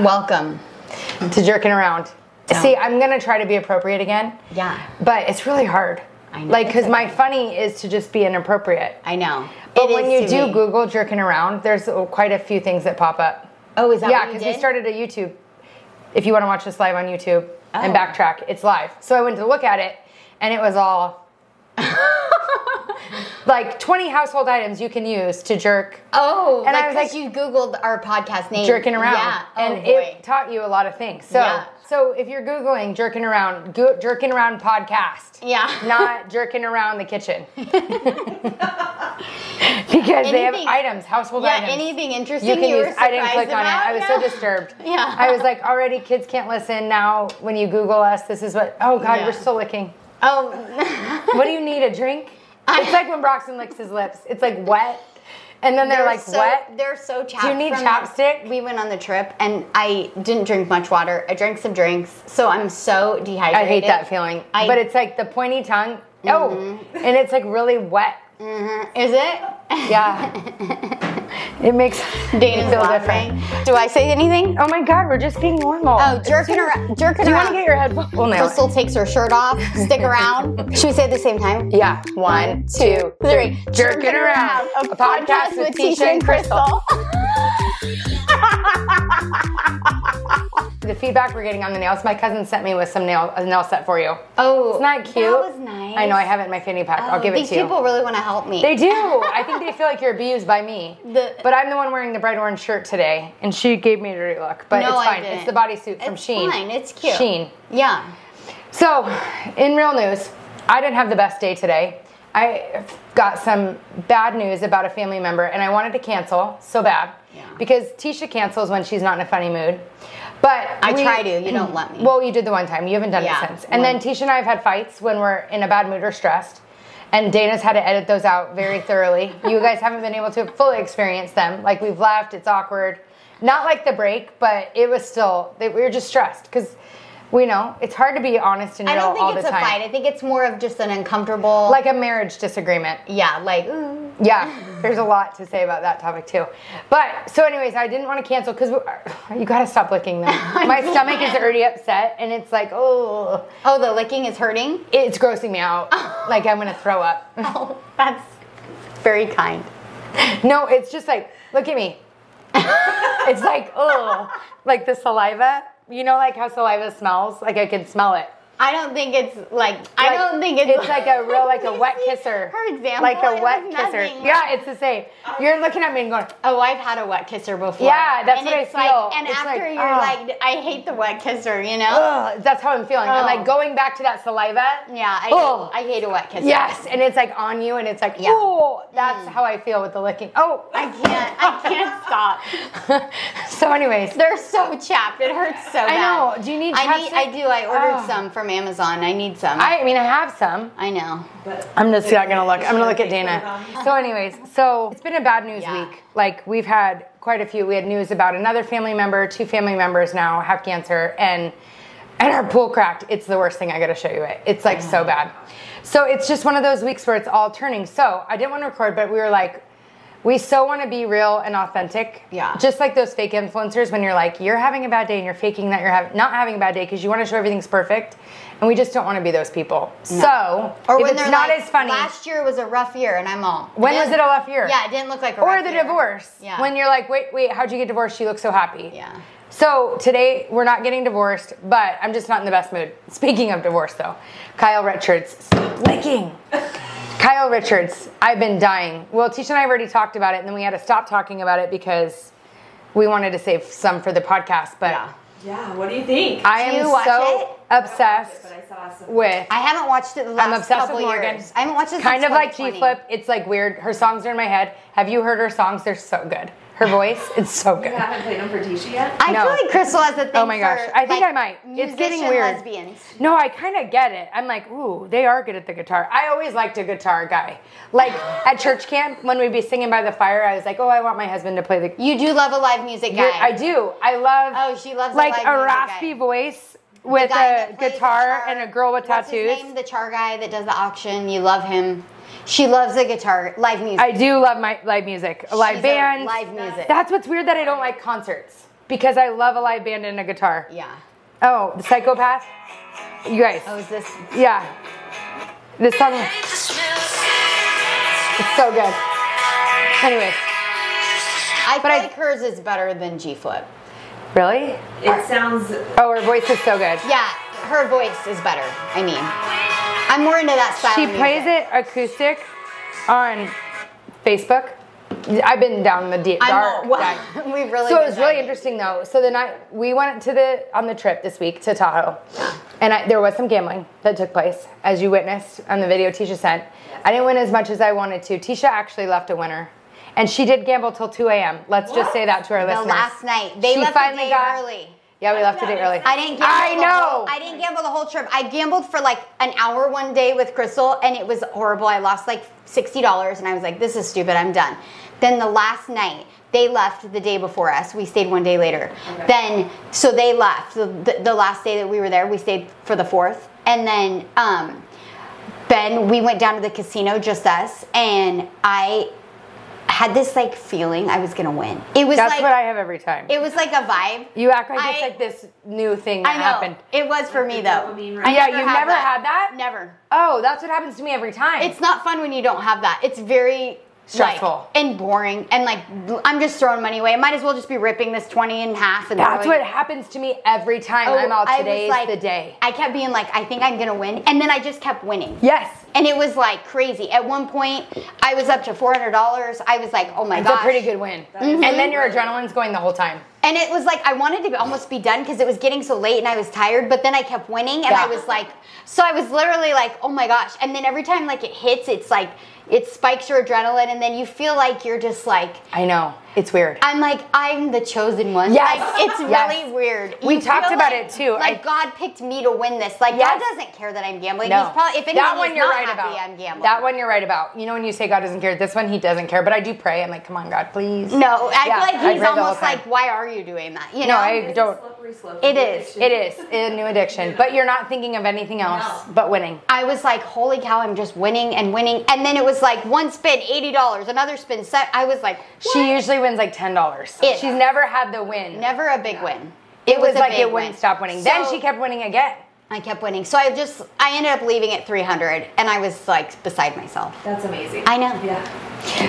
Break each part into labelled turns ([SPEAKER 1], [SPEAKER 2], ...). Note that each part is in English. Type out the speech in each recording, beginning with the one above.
[SPEAKER 1] Welcome to jerking around. See, I'm gonna try to be appropriate again.
[SPEAKER 2] Yeah.
[SPEAKER 1] But it's really hard.
[SPEAKER 2] I know.
[SPEAKER 1] Like, because my funny is to just be inappropriate.
[SPEAKER 2] I know.
[SPEAKER 1] But
[SPEAKER 2] It
[SPEAKER 1] when
[SPEAKER 2] is
[SPEAKER 1] you
[SPEAKER 2] to
[SPEAKER 1] do
[SPEAKER 2] me.
[SPEAKER 1] Google jerking around, there's quite a few things that pop up.
[SPEAKER 2] oh, is that
[SPEAKER 1] yeah,
[SPEAKER 2] what you
[SPEAKER 1] because we
[SPEAKER 2] did?
[SPEAKER 1] started a YouTube. If you want to watch this live on YouTube and
[SPEAKER 2] Oh.
[SPEAKER 1] backtrack, it's live. So I went to look at it, and it was all like 20 household items you can use to jerk
[SPEAKER 2] Oh,
[SPEAKER 1] And
[SPEAKER 2] like
[SPEAKER 1] I was
[SPEAKER 2] 'cause
[SPEAKER 1] like-
[SPEAKER 2] you Googled our podcast name.
[SPEAKER 1] jerking around.
[SPEAKER 2] Yeah. Oh,
[SPEAKER 1] and
[SPEAKER 2] boy.
[SPEAKER 1] it taught you a lot of things. So,
[SPEAKER 2] Yeah.
[SPEAKER 1] so if you're googling jerking around, go, jerking around podcast.
[SPEAKER 2] Yeah.
[SPEAKER 1] Not jerking around the kitchen. because they have
[SPEAKER 2] Anything-
[SPEAKER 1] items, household
[SPEAKER 2] yeah,
[SPEAKER 1] items.
[SPEAKER 2] anything interesting
[SPEAKER 1] you
[SPEAKER 2] you,
[SPEAKER 1] can
[SPEAKER 2] were
[SPEAKER 1] use. I didn't
[SPEAKER 2] surprised
[SPEAKER 1] click on it.
[SPEAKER 2] about?
[SPEAKER 1] I was
[SPEAKER 2] Yeah.
[SPEAKER 1] so disturbed.
[SPEAKER 2] Yeah.
[SPEAKER 1] I was like, already kids can't listen now. When you Google us, this is what. Oh God,
[SPEAKER 2] Yeah.
[SPEAKER 1] we're still licking.
[SPEAKER 2] Oh,
[SPEAKER 1] What do you need? A drink? it's like when Broxton licks his lips. It's like wet, and then they're, like
[SPEAKER 2] so,
[SPEAKER 1] wet.
[SPEAKER 2] They're so chapped.
[SPEAKER 1] you need
[SPEAKER 2] from that-
[SPEAKER 1] chapstick?
[SPEAKER 2] We went on the trip and I didn't drink much water. I drank some drinks, so I'm so dehydrated.
[SPEAKER 1] I hate that feeling.
[SPEAKER 2] I- Mm-hmm.
[SPEAKER 1] but it's like the pointy tongue. Oh, and it's like really wet.
[SPEAKER 2] Mhm. Is it?
[SPEAKER 1] Yeah. it makes
[SPEAKER 2] Dana's
[SPEAKER 1] me feel
[SPEAKER 2] laughing.
[SPEAKER 1] different.
[SPEAKER 2] Do I say anything?
[SPEAKER 1] Oh my God, we're just being normal.
[SPEAKER 2] Oh, jerking around. Jerking
[SPEAKER 1] Do you want
[SPEAKER 2] around.
[SPEAKER 1] to get your head full now?
[SPEAKER 2] Crystal takes her shirt off. Stick around. Should we say it at the same time?
[SPEAKER 1] Yeah. One, two, three. Jerking around. A podcast with Tisha and Crystal. The feedback we're getting on the nails. My cousin sent me with some nail a nail set for you.
[SPEAKER 2] Oh,
[SPEAKER 1] It's not cute.
[SPEAKER 2] That was nice.
[SPEAKER 1] I know. I have it in my fanny pack. I'll
[SPEAKER 2] Oh,
[SPEAKER 1] give it
[SPEAKER 2] These
[SPEAKER 1] to you.
[SPEAKER 2] people really want to help me.
[SPEAKER 1] They do. I think they feel like you're abused by me.
[SPEAKER 2] The-
[SPEAKER 1] but I'm the one wearing the bright orange shirt today, and she gave me a dirty look. But
[SPEAKER 2] No,
[SPEAKER 1] it's
[SPEAKER 2] I
[SPEAKER 1] fine.
[SPEAKER 2] didn't.
[SPEAKER 1] It's the bodysuit from
[SPEAKER 2] It's
[SPEAKER 1] Sheen.
[SPEAKER 2] fine. It's cute.
[SPEAKER 1] Sheen.
[SPEAKER 2] Yeah.
[SPEAKER 1] So, in real news, I didn't have the best day today. I got some bad news about a family member, and I wanted to cancel so bad
[SPEAKER 2] Yeah.
[SPEAKER 1] because Tisha cancels when she's not in a funny mood. But
[SPEAKER 2] I
[SPEAKER 1] we-
[SPEAKER 2] try to. You don't let me.
[SPEAKER 1] Well, you did the one time. You haven't done
[SPEAKER 2] Yeah,
[SPEAKER 1] it since. And then
[SPEAKER 2] one-
[SPEAKER 1] Tisha and I have had fights when we're in a bad mood or stressed. And Dana's had to edit those out very thoroughly. you guys haven't been able to fully experience them. Like we've laughed, it's awkward. Not like the break, but it was still that we were just stressed because we know it's hard to be honest and
[SPEAKER 2] I
[SPEAKER 1] real
[SPEAKER 2] don't
[SPEAKER 1] all
[SPEAKER 2] think
[SPEAKER 1] the
[SPEAKER 2] it's a
[SPEAKER 1] time.
[SPEAKER 2] fight. I think it's more of just an uncomfortable.
[SPEAKER 1] Like a marriage disagreement.
[SPEAKER 2] yeah, like ooh.
[SPEAKER 1] Yeah, there's a lot to say about that topic too. But so, anyways, I didn't want to cancel because you gotta stop licking them. My stomach is already upset, and it's like, oh,
[SPEAKER 2] Oh, the licking is hurting.
[SPEAKER 1] it's grossing me out. like I'm gonna throw up.
[SPEAKER 2] Oh, that's very kind.
[SPEAKER 1] No, it's just like, look at me. it's like, oh, like the saliva. You know, like how saliva smells. Like I can smell it.
[SPEAKER 2] I don't think it's like, I
[SPEAKER 1] Like,
[SPEAKER 2] don't think it's.
[SPEAKER 1] it's like a real like a wet
[SPEAKER 2] You see
[SPEAKER 1] kisser.
[SPEAKER 2] Her example,
[SPEAKER 1] like a
[SPEAKER 2] it
[SPEAKER 1] wet
[SPEAKER 2] was
[SPEAKER 1] kisser.
[SPEAKER 2] nothing.
[SPEAKER 1] Yeah, it's the same. You're looking at me and going,
[SPEAKER 2] Oh, I've had a wet kisser before.
[SPEAKER 1] Yeah, that's
[SPEAKER 2] and
[SPEAKER 1] what I
[SPEAKER 2] it's
[SPEAKER 1] feel.
[SPEAKER 2] Like, and
[SPEAKER 1] It's
[SPEAKER 2] after
[SPEAKER 1] like,
[SPEAKER 2] you're
[SPEAKER 1] ah.
[SPEAKER 2] like, I hate the wet kisser. You know?
[SPEAKER 1] oh, that's how I'm feeling. I'm
[SPEAKER 2] Oh.
[SPEAKER 1] like going back to that saliva.
[SPEAKER 2] Yeah. I,
[SPEAKER 1] Oh.
[SPEAKER 2] I hate a wet kisser.
[SPEAKER 1] Yes, and it's like on you, and it's like,
[SPEAKER 2] Yeah. Mm.
[SPEAKER 1] oh, that's how I feel with the licking. Oh,
[SPEAKER 2] I can't. I can't stop.
[SPEAKER 1] so anyways,
[SPEAKER 2] They're so chapped. It hurts so
[SPEAKER 1] I
[SPEAKER 2] bad.
[SPEAKER 1] know. Do you need
[SPEAKER 2] I need.
[SPEAKER 1] chapstick?
[SPEAKER 2] I do. I ordered
[SPEAKER 1] Oh.
[SPEAKER 2] some from Amazon. I need some.
[SPEAKER 1] I, I mean, I have some.
[SPEAKER 2] I know.
[SPEAKER 1] I'm just not gonna look. I'm gonna look at Dana. So, anyways, so it's been a bad news
[SPEAKER 2] Yeah.
[SPEAKER 1] week. Like we've had quite a few. We had news about another family member. Two family members now have cancer, and and our pool cracked. It's the worst thing. I gotta show you it. It's like so bad. So it's just one of those weeks where it's all turning. So I didn't want to record, but we were like, we so want to be real and authentic.
[SPEAKER 2] Yeah.
[SPEAKER 1] Just like those fake influencers when you're like, you're having a bad day and you're faking that you're hav- not having a bad day because you want to show everything's perfect. And we just don't want to be those people. So,
[SPEAKER 2] Or
[SPEAKER 1] if
[SPEAKER 2] when
[SPEAKER 1] it's
[SPEAKER 2] they're
[SPEAKER 1] not
[SPEAKER 2] like,
[SPEAKER 1] as funny.
[SPEAKER 2] Last year was a rough year, and I'm all.
[SPEAKER 1] When was
[SPEAKER 2] didn't-
[SPEAKER 1] it a rough year?
[SPEAKER 2] Yeah, it didn't look like a.
[SPEAKER 1] or
[SPEAKER 2] rough
[SPEAKER 1] the
[SPEAKER 2] year.
[SPEAKER 1] divorce.
[SPEAKER 2] Yeah.
[SPEAKER 1] When you're like, wait, wait, how'd you get divorced? She looks so happy.
[SPEAKER 2] Yeah.
[SPEAKER 1] So today we're not getting divorced, but I'm just not in the best mood. Speaking of divorce, though, Kyle Richards, stop licking. Kyle Richards, I've been dying. Well, Tisha and I have already talked about it, and then we had to stop talking about it because we wanted to save some for the podcast. But
[SPEAKER 2] Yeah.
[SPEAKER 3] Yeah, what do you think?
[SPEAKER 1] I
[SPEAKER 2] Do
[SPEAKER 1] am
[SPEAKER 2] you watch
[SPEAKER 1] so
[SPEAKER 2] it?
[SPEAKER 1] obsessed
[SPEAKER 3] But I saw some.
[SPEAKER 1] with
[SPEAKER 2] I haven't watched it the last
[SPEAKER 1] I'm obsessed
[SPEAKER 2] couple
[SPEAKER 1] with Morgan.
[SPEAKER 2] years. I haven't watched it.
[SPEAKER 1] Kind
[SPEAKER 2] since
[SPEAKER 1] of like G
[SPEAKER 2] 2020.
[SPEAKER 1] Flip. It's like weird. Her songs are in my head. Have you heard her songs? They're so good. Her voice, it's so good.
[SPEAKER 3] You haven't played them for Tisha yet?
[SPEAKER 2] I
[SPEAKER 1] No.
[SPEAKER 2] feel like Crystal has a thing.
[SPEAKER 1] Oh my gosh,
[SPEAKER 2] for,
[SPEAKER 1] I think
[SPEAKER 2] like,
[SPEAKER 1] I might. It's getting
[SPEAKER 2] musician
[SPEAKER 1] weird.
[SPEAKER 2] Lesbians.
[SPEAKER 1] No, I kind of get it. I'm like, ooh, they are good at the guitar. I always liked a guitar guy. Like at church camp, when we'd be singing by the fire, I was like, oh, I want my husband to play the.
[SPEAKER 2] You do love a live music guy.
[SPEAKER 1] You're- I do. I love.
[SPEAKER 2] Oh, she loves a
[SPEAKER 1] like
[SPEAKER 2] live
[SPEAKER 1] a
[SPEAKER 2] music
[SPEAKER 1] raspy
[SPEAKER 2] guy.
[SPEAKER 1] voice with
[SPEAKER 2] guy that
[SPEAKER 1] a
[SPEAKER 2] plays
[SPEAKER 1] guitar
[SPEAKER 2] guitar.
[SPEAKER 1] and a girl with
[SPEAKER 2] What's
[SPEAKER 1] tattoos.
[SPEAKER 2] His name? The char guy that does the auction. You love him. She loves the guitar live music.
[SPEAKER 1] I do love my live music, live
[SPEAKER 2] She's a
[SPEAKER 1] bands,
[SPEAKER 2] live music.
[SPEAKER 1] That's what's weird that I don't like concerts. because I love a live band and a guitar.
[SPEAKER 2] Yeah.
[SPEAKER 1] Oh, the psychopath. You guys.
[SPEAKER 2] Oh, is this?
[SPEAKER 1] Yeah. This song is so good. Anyways,
[SPEAKER 2] I
[SPEAKER 1] But
[SPEAKER 2] feel
[SPEAKER 1] I-
[SPEAKER 2] like hers is better than G Flip.
[SPEAKER 1] really?
[SPEAKER 3] It sounds.
[SPEAKER 1] Oh, her voice is so good.
[SPEAKER 2] Yeah, her voice is better. I mean, I'm more into that style.
[SPEAKER 1] She
[SPEAKER 2] of
[SPEAKER 1] plays
[SPEAKER 2] music.
[SPEAKER 1] it acoustic on Facebook. I've been down the deep
[SPEAKER 2] I'm
[SPEAKER 1] dark.
[SPEAKER 2] all, well,
[SPEAKER 1] dive.
[SPEAKER 2] we really.
[SPEAKER 1] so it
[SPEAKER 2] did
[SPEAKER 1] was
[SPEAKER 2] that.
[SPEAKER 1] really interesting though. So then I we went to the on the trip this week to Tahoe, and I, there was some gambling that took place, as you witnessed on the video Tisha sent. I didn't win as much as I wanted to. Tisha actually left a winner, and she did gamble till 2 a.m. Let's just say that to our
[SPEAKER 2] The
[SPEAKER 1] listeners.
[SPEAKER 2] last night they
[SPEAKER 1] She
[SPEAKER 2] left the
[SPEAKER 1] finally
[SPEAKER 2] day
[SPEAKER 1] got-
[SPEAKER 2] early.
[SPEAKER 1] Yeah, we left a day early.
[SPEAKER 2] I didn't gamble.
[SPEAKER 1] I
[SPEAKER 2] the
[SPEAKER 1] know.
[SPEAKER 2] Whole, I didn't gamble the whole trip. I gambled for like an hour one day with Crystal, and it was horrible. I lost like sixty dollars, and I was like, "This is stupid. I'm done." Then the last night, they left the day before us. We stayed one day later. Then, so they left the, the, the last day that we were there. We stayed for the fourth, and then um, then we went down to the casino, just us, and I had this like feeling I was gonna win. It was
[SPEAKER 1] That's
[SPEAKER 2] like
[SPEAKER 1] what I have every time.
[SPEAKER 2] it was like a vibe.
[SPEAKER 1] you act like it's
[SPEAKER 2] I-
[SPEAKER 1] like this new thing that
[SPEAKER 2] I know.
[SPEAKER 1] happened.
[SPEAKER 2] It was for me though.
[SPEAKER 3] Dopamine
[SPEAKER 2] I
[SPEAKER 3] rush.
[SPEAKER 1] Yeah, you've never
[SPEAKER 2] that.
[SPEAKER 1] had that?
[SPEAKER 2] Never.
[SPEAKER 1] Oh, that's what happens to me every time.
[SPEAKER 2] It's not fun when you don't have that. It's very
[SPEAKER 1] Stressful.
[SPEAKER 2] like, and boring and like I'm just throwing money away. I might as well just be ripping this 20 in half and
[SPEAKER 1] That's
[SPEAKER 2] throwing-
[SPEAKER 1] what happens to me every time
[SPEAKER 2] Oh,
[SPEAKER 1] I'm out.
[SPEAKER 2] I was
[SPEAKER 1] Today's
[SPEAKER 2] like-
[SPEAKER 1] the day.
[SPEAKER 2] I kept being like I think I'm going to win and then I just kept winning.
[SPEAKER 1] yes.
[SPEAKER 2] And it was like crazy. At one point, I was up to $400. I was like, "Oh my
[SPEAKER 1] It's
[SPEAKER 2] gosh."
[SPEAKER 1] a pretty good win. And then your adrenaline's going the whole time.
[SPEAKER 2] And it was like I wanted to almost be done because it was getting so late and I was tired. But then I kept winning, and I
[SPEAKER 1] Yeah.
[SPEAKER 2] was like, so I was literally like, oh my gosh! And then every time like it hits, it's like it spikes your adrenaline, and then you feel like you're just like.
[SPEAKER 1] I know. It's weird.
[SPEAKER 2] I'm like I'm the chosen one.
[SPEAKER 1] Yes.
[SPEAKER 2] Like, it's
[SPEAKER 1] Yes.
[SPEAKER 2] really weird.
[SPEAKER 1] We
[SPEAKER 2] You
[SPEAKER 1] talked
[SPEAKER 2] feel
[SPEAKER 1] about
[SPEAKER 2] like-
[SPEAKER 1] it, too.
[SPEAKER 2] Like
[SPEAKER 1] I-
[SPEAKER 2] God picked me to win this. Like
[SPEAKER 1] Yes.
[SPEAKER 2] God doesn't care that I'm gambling.
[SPEAKER 1] no.
[SPEAKER 2] He's probably if anything,
[SPEAKER 1] that one
[SPEAKER 2] he's
[SPEAKER 1] you're
[SPEAKER 2] not
[SPEAKER 1] right
[SPEAKER 2] happy,
[SPEAKER 1] about.
[SPEAKER 2] I'm gambling.
[SPEAKER 1] That one you're right about. You know when you say God doesn't care, this one he doesn't care. But I do pray. I'm like, come on, God, please.
[SPEAKER 2] No, I
[SPEAKER 1] Yeah,
[SPEAKER 2] feel
[SPEAKER 1] I
[SPEAKER 2] like he's
[SPEAKER 1] pray the whole
[SPEAKER 2] almost
[SPEAKER 1] time.
[SPEAKER 2] like, why are you doing that? You
[SPEAKER 1] No,
[SPEAKER 2] know.
[SPEAKER 1] I-
[SPEAKER 3] It's a
[SPEAKER 1] don't-
[SPEAKER 3] slippery slope.
[SPEAKER 2] It is.
[SPEAKER 1] It is a new addiction, but you're not thinking of anything else
[SPEAKER 3] No.
[SPEAKER 1] but winning.
[SPEAKER 2] I was like, holy cow, I'm just winning and winning. And then it was like one spin, $80, another spin, set. I was like,
[SPEAKER 1] She usually wins like ten dollars.
[SPEAKER 2] It-
[SPEAKER 1] She's never had the win.
[SPEAKER 2] never a big win.
[SPEAKER 1] It, was,
[SPEAKER 2] a
[SPEAKER 1] like
[SPEAKER 2] big
[SPEAKER 1] it wouldn't
[SPEAKER 2] win.
[SPEAKER 1] stop winning. then
[SPEAKER 2] So
[SPEAKER 1] she kept winning again.
[SPEAKER 2] I kept winning. So I just, I ended up leaving at 300 and I was like beside myself.
[SPEAKER 3] That's amazing.
[SPEAKER 2] I know.
[SPEAKER 3] Yeah.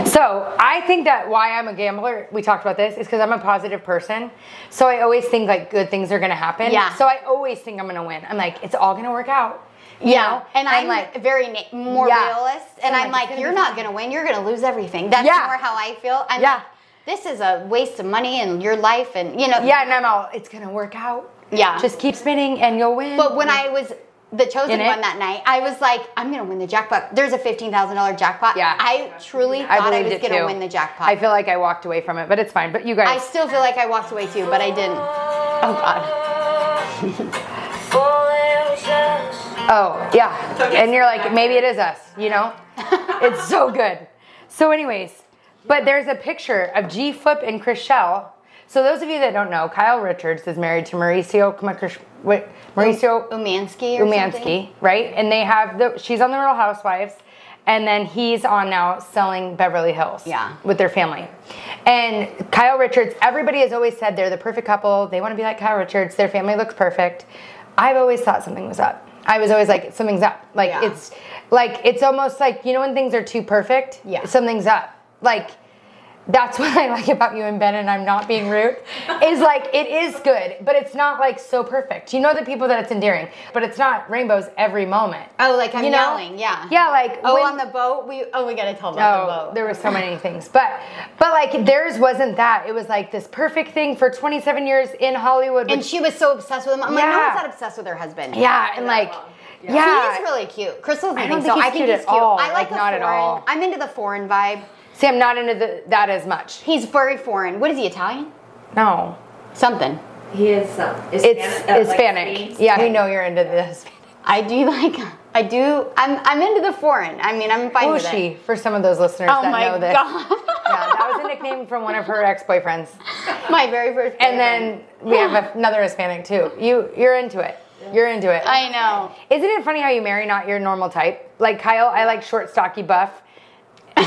[SPEAKER 1] So I think that why I'm a gambler, we talked about this, is because I'm a positive person. So I always think like good things are gonna happen.
[SPEAKER 2] Yeah.
[SPEAKER 1] So I always think I'm gonna win. I'm like, it's all gonna work out. You know?
[SPEAKER 2] And I'm,
[SPEAKER 1] like,
[SPEAKER 2] like very na- more
[SPEAKER 1] Yeah.
[SPEAKER 2] realist.
[SPEAKER 1] So
[SPEAKER 2] And
[SPEAKER 1] I'm
[SPEAKER 2] I'm
[SPEAKER 1] like,
[SPEAKER 2] like,
[SPEAKER 1] it's gonna
[SPEAKER 2] you're
[SPEAKER 1] be
[SPEAKER 2] not
[SPEAKER 1] fine."
[SPEAKER 2] going to win. You're going to lose everything. That's
[SPEAKER 1] Yeah.
[SPEAKER 2] more how I feel. I'm
[SPEAKER 1] Yeah.
[SPEAKER 2] like, this is a waste of money and your life and, you know.
[SPEAKER 1] yeah, and I'm all, it's gonna work out.
[SPEAKER 2] Yeah.
[SPEAKER 1] Just keep spinning and you'll win.
[SPEAKER 2] But when I was the chosen
[SPEAKER 1] In it?
[SPEAKER 2] one that night, I was like, I'm gonna win the jackpot. There's a fifteen thousand dollar jackpot.
[SPEAKER 1] Yeah.
[SPEAKER 2] I truly
[SPEAKER 1] I
[SPEAKER 2] thought I,
[SPEAKER 1] believed
[SPEAKER 2] was
[SPEAKER 1] it
[SPEAKER 2] gonna
[SPEAKER 1] too.
[SPEAKER 2] win the jackpot.
[SPEAKER 1] I feel like I walked away from it, but it's fine. But you
[SPEAKER 2] I
[SPEAKER 1] guys,
[SPEAKER 2] still feel like I walked away too, but I didn't. Oh god.
[SPEAKER 1] oh yeah, and you're like, maybe it is us. You know, it's so good. So, anyways, but there's a picture of G Flip and Chriselle. So those of you that don't know, Kyle Richards is married to Mauricio Kmakrish- wait, Mauricio
[SPEAKER 2] Umansky or something?
[SPEAKER 1] Umansky, right? And they have the she's on the Real Housewives, and then he's on now selling Beverly Hills.
[SPEAKER 2] Yeah.
[SPEAKER 1] With their family. And Kyle Richards, everybody has always said they're the perfect couple. They want to be like Kyle Richards. Their family looks perfect. I've always thought something was up. I was always like, something's up. Like
[SPEAKER 2] Yeah.
[SPEAKER 1] it's like it's almost like, you know when things are too perfect?
[SPEAKER 2] Yeah.
[SPEAKER 1] Something's up. Like that's what I like about you and Ben, and I'm not being rude, is like it is good, but it's not like so perfect. You know the people that it's endearing, but it's not rainbows every moment.
[SPEAKER 2] Oh, like I'm
[SPEAKER 1] You know?
[SPEAKER 2] yelling, yeah.
[SPEAKER 1] Yeah, like
[SPEAKER 2] Oh,
[SPEAKER 1] when-
[SPEAKER 2] on the boat, we oh we gotta tell about the
[SPEAKER 1] Oh,
[SPEAKER 2] boat.
[SPEAKER 1] there were so many things, but but like theirs wasn't that. It was like this perfect thing for 27 years in Hollywood.
[SPEAKER 2] and
[SPEAKER 1] which-
[SPEAKER 2] she was so obsessed with him. I'm like, no
[SPEAKER 1] Yeah.
[SPEAKER 2] one's not obsessed with her husband.
[SPEAKER 1] yeah, and like yeah,
[SPEAKER 2] He is really cute. Crystal's I
[SPEAKER 1] don't
[SPEAKER 2] so.
[SPEAKER 1] think he's
[SPEAKER 2] I think
[SPEAKER 1] cute
[SPEAKER 2] he's
[SPEAKER 1] at
[SPEAKER 2] cute.
[SPEAKER 1] all,
[SPEAKER 2] I
[SPEAKER 1] like,
[SPEAKER 2] like, the
[SPEAKER 1] not at
[SPEAKER 2] foreign-
[SPEAKER 1] all.
[SPEAKER 2] I'm into the foreign vibe.
[SPEAKER 1] see, I'm not into the, that as much.
[SPEAKER 2] He's very foreign. What is he Italian?
[SPEAKER 1] No,
[SPEAKER 2] Something.
[SPEAKER 3] He is. Um,
[SPEAKER 1] it's
[SPEAKER 3] uh, like
[SPEAKER 1] Hispanic.
[SPEAKER 3] Spain.
[SPEAKER 1] yeah, we know you're into the Hispanic.
[SPEAKER 2] I do like I do I'm I'm into the foreign. I mean I'm fine
[SPEAKER 1] Who
[SPEAKER 2] with
[SPEAKER 1] is she?
[SPEAKER 2] it.
[SPEAKER 1] For some of those listeners
[SPEAKER 2] Oh
[SPEAKER 1] that
[SPEAKER 2] my
[SPEAKER 1] know this.
[SPEAKER 2] god.
[SPEAKER 1] Yeah, that was a nickname from one of her ex-boyfriends.
[SPEAKER 2] my very first
[SPEAKER 1] And then we have another Hispanic too. You you're into it. You're into it.
[SPEAKER 2] I know.
[SPEAKER 1] Isn't it funny how you marry not your normal type? Like Kyle, I like short, stocky, buff.